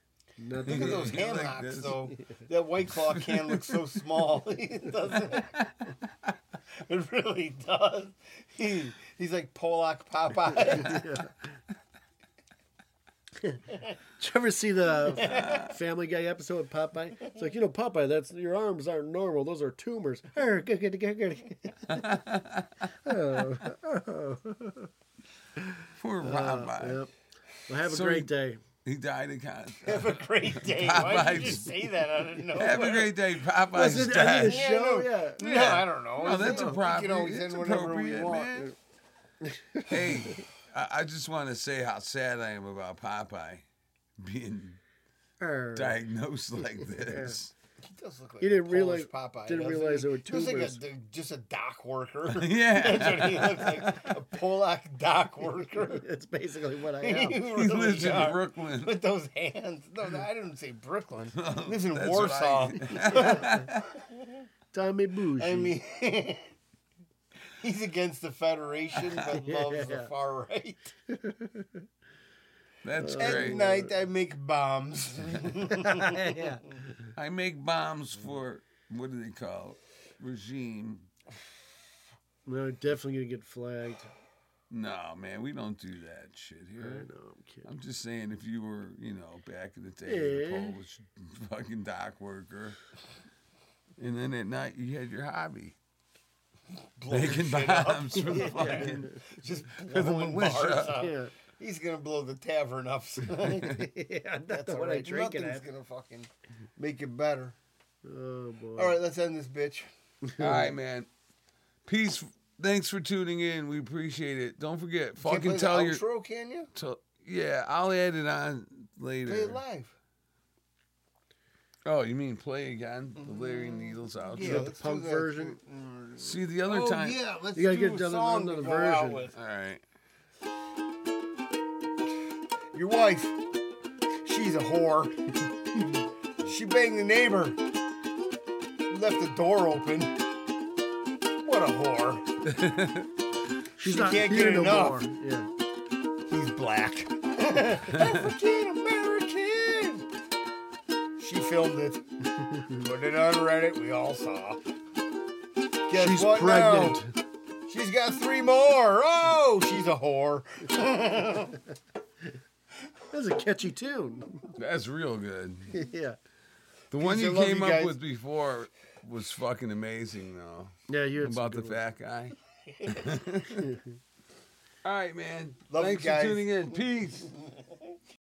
Speaker 1: *laughs*
Speaker 4: Nothing.
Speaker 3: at those
Speaker 1: Yeah,
Speaker 3: hand
Speaker 1: like
Speaker 3: locks,
Speaker 1: this.
Speaker 3: though. That white claw can looks so small. *laughs* it doesn't. It really does. He, he's like Polak Popeye. *laughs*
Speaker 4: Did you ever
Speaker 1: *laughs*
Speaker 4: see the Family Guy episode of Popeye? It's like, you know, Popeye, that's your arms aren't normal. Those are tumors. *laughs* Arr, good, good, good, good.
Speaker 1: Poor Popeye.
Speaker 4: Uh, Yep. Well, have a
Speaker 1: So
Speaker 4: great
Speaker 1: you-
Speaker 4: day.
Speaker 1: He died in
Speaker 4: *laughs*
Speaker 1: cancer.
Speaker 3: Have a great day. Why did
Speaker 1: Popeye's-
Speaker 3: you just say that out of nowhere?
Speaker 1: Have a great day, Popeye's
Speaker 4: Was it any of the
Speaker 1: dead.
Speaker 3: Yeah,
Speaker 4: show?
Speaker 3: no.
Speaker 4: Yeah.
Speaker 3: No,
Speaker 1: Yeah.
Speaker 3: I don't know.
Speaker 1: No, that's
Speaker 3: We
Speaker 1: Oh, appropriate.
Speaker 3: can always
Speaker 1: It's
Speaker 3: end whenever we
Speaker 1: appropriate,
Speaker 3: want.
Speaker 1: man. hey, I, I just want to say how sad I am about Popeye being
Speaker 4: Arr.
Speaker 1: diagnosed like this.
Speaker 3: He does look like
Speaker 4: He
Speaker 3: a
Speaker 4: didn't
Speaker 3: Polish
Speaker 4: realize-
Speaker 3: Popeye.
Speaker 4: didn't
Speaker 3: doesn't
Speaker 4: realize
Speaker 3: he?
Speaker 4: there were
Speaker 3: He looks
Speaker 4: tumors.
Speaker 3: Like a, just a dock
Speaker 1: *laughs*
Speaker 3: worker. *laughs* That's
Speaker 1: Yeah.
Speaker 3: what he looks like. A Polak dock worker. *laughs*
Speaker 4: That's basically what I
Speaker 3: You
Speaker 4: am.
Speaker 1: He
Speaker 3: really
Speaker 1: lives in
Speaker 3: are. *laughs*
Speaker 1: Brooklyn.
Speaker 3: With those hands. No, no, I didn't say Brooklyn. He lives in
Speaker 1: That's what
Speaker 3: Warsaw.
Speaker 4: Tommy Bougie.
Speaker 3: I,
Speaker 4: *laughs*
Speaker 3: mean, *laughs* he's against the Federation but loves the
Speaker 4: Yeah.
Speaker 3: far right.
Speaker 1: That's
Speaker 3: At
Speaker 1: great.
Speaker 3: night, I make bombs.
Speaker 4: yeah.
Speaker 1: I make bombs for what do they call it? regime?
Speaker 4: No, definitely going to get flagged.
Speaker 1: No, man, we don't do that shit
Speaker 4: I know,
Speaker 1: here.
Speaker 4: Er, I'm kidding.
Speaker 1: I'm just saying, if you were, you know, back in the day,
Speaker 4: Yeah.
Speaker 1: the Polish fucking dock worker, and then at night you had your hobby,
Speaker 3: Blowing
Speaker 1: making
Speaker 3: shit up.
Speaker 1: bombs
Speaker 3: *laughs*
Speaker 1: for the fucking.
Speaker 3: Just
Speaker 1: the
Speaker 3: blowing
Speaker 1: militia.
Speaker 3: bars up. *laughs*
Speaker 4: Yeah.
Speaker 3: He's gonna blow the tavern up. *laughs* so
Speaker 4: yeah, that's
Speaker 3: That's
Speaker 4: what
Speaker 3: all
Speaker 4: I
Speaker 3: right.
Speaker 4: drink it
Speaker 3: Nothing's
Speaker 4: at.
Speaker 3: gonna fucking make it better.
Speaker 4: Oh, boy.
Speaker 3: All right, let's end this bitch.
Speaker 1: All right, man. Peace. Thanks for tuning in. We appreciate it. Don't forget,
Speaker 3: Can't play
Speaker 1: fucking
Speaker 3: the
Speaker 1: tell your.
Speaker 3: outro, can you?
Speaker 1: tell- yeah, I'll add it on
Speaker 3: Play
Speaker 1: later.
Speaker 3: it live.
Speaker 1: Oh, you mean play again? The Larry Needles outro.
Speaker 3: Mm-hmm. Yeah,
Speaker 4: got the
Speaker 3: let's do
Speaker 4: punk
Speaker 3: that.
Speaker 4: version?
Speaker 3: Mm.
Speaker 1: See the other
Speaker 3: Oh
Speaker 1: time.
Speaker 3: yeah, let's
Speaker 4: You gotta
Speaker 3: do
Speaker 4: get
Speaker 3: a
Speaker 4: another-
Speaker 3: song to
Speaker 4: another
Speaker 3: go out
Speaker 4: version.
Speaker 3: with.
Speaker 1: All right.
Speaker 3: Your wife, she's a whore. *laughs* she banged the neighbor, left the door open. What a whore.
Speaker 4: She's
Speaker 3: she
Speaker 4: not
Speaker 3: can't
Speaker 4: here
Speaker 3: get
Speaker 4: no
Speaker 3: enough.
Speaker 4: more. Yeah.
Speaker 3: He's black. *laughs* African American. She filmed it. *laughs* Put it on Reddit. We all saw. Guess
Speaker 4: She's
Speaker 3: what now?
Speaker 4: pregnant.
Speaker 3: She's got three more. Oh, she's a whore.
Speaker 4: That's a catchy tune. *laughs*
Speaker 1: That's real good.
Speaker 3: *laughs*
Speaker 4: yeah.
Speaker 1: The one
Speaker 3: Peace, I
Speaker 1: you
Speaker 3: love
Speaker 1: came
Speaker 3: you
Speaker 1: up
Speaker 3: guys.
Speaker 1: with before was fucking amazing, though.
Speaker 4: Yeah, you had some
Speaker 1: About the
Speaker 4: good ones.
Speaker 1: fat guy. All right, man.
Speaker 3: *laughs*
Speaker 1: *laughs*
Speaker 3: Love you
Speaker 1: Thanks
Speaker 3: guys.
Speaker 1: for tuning in. Peace.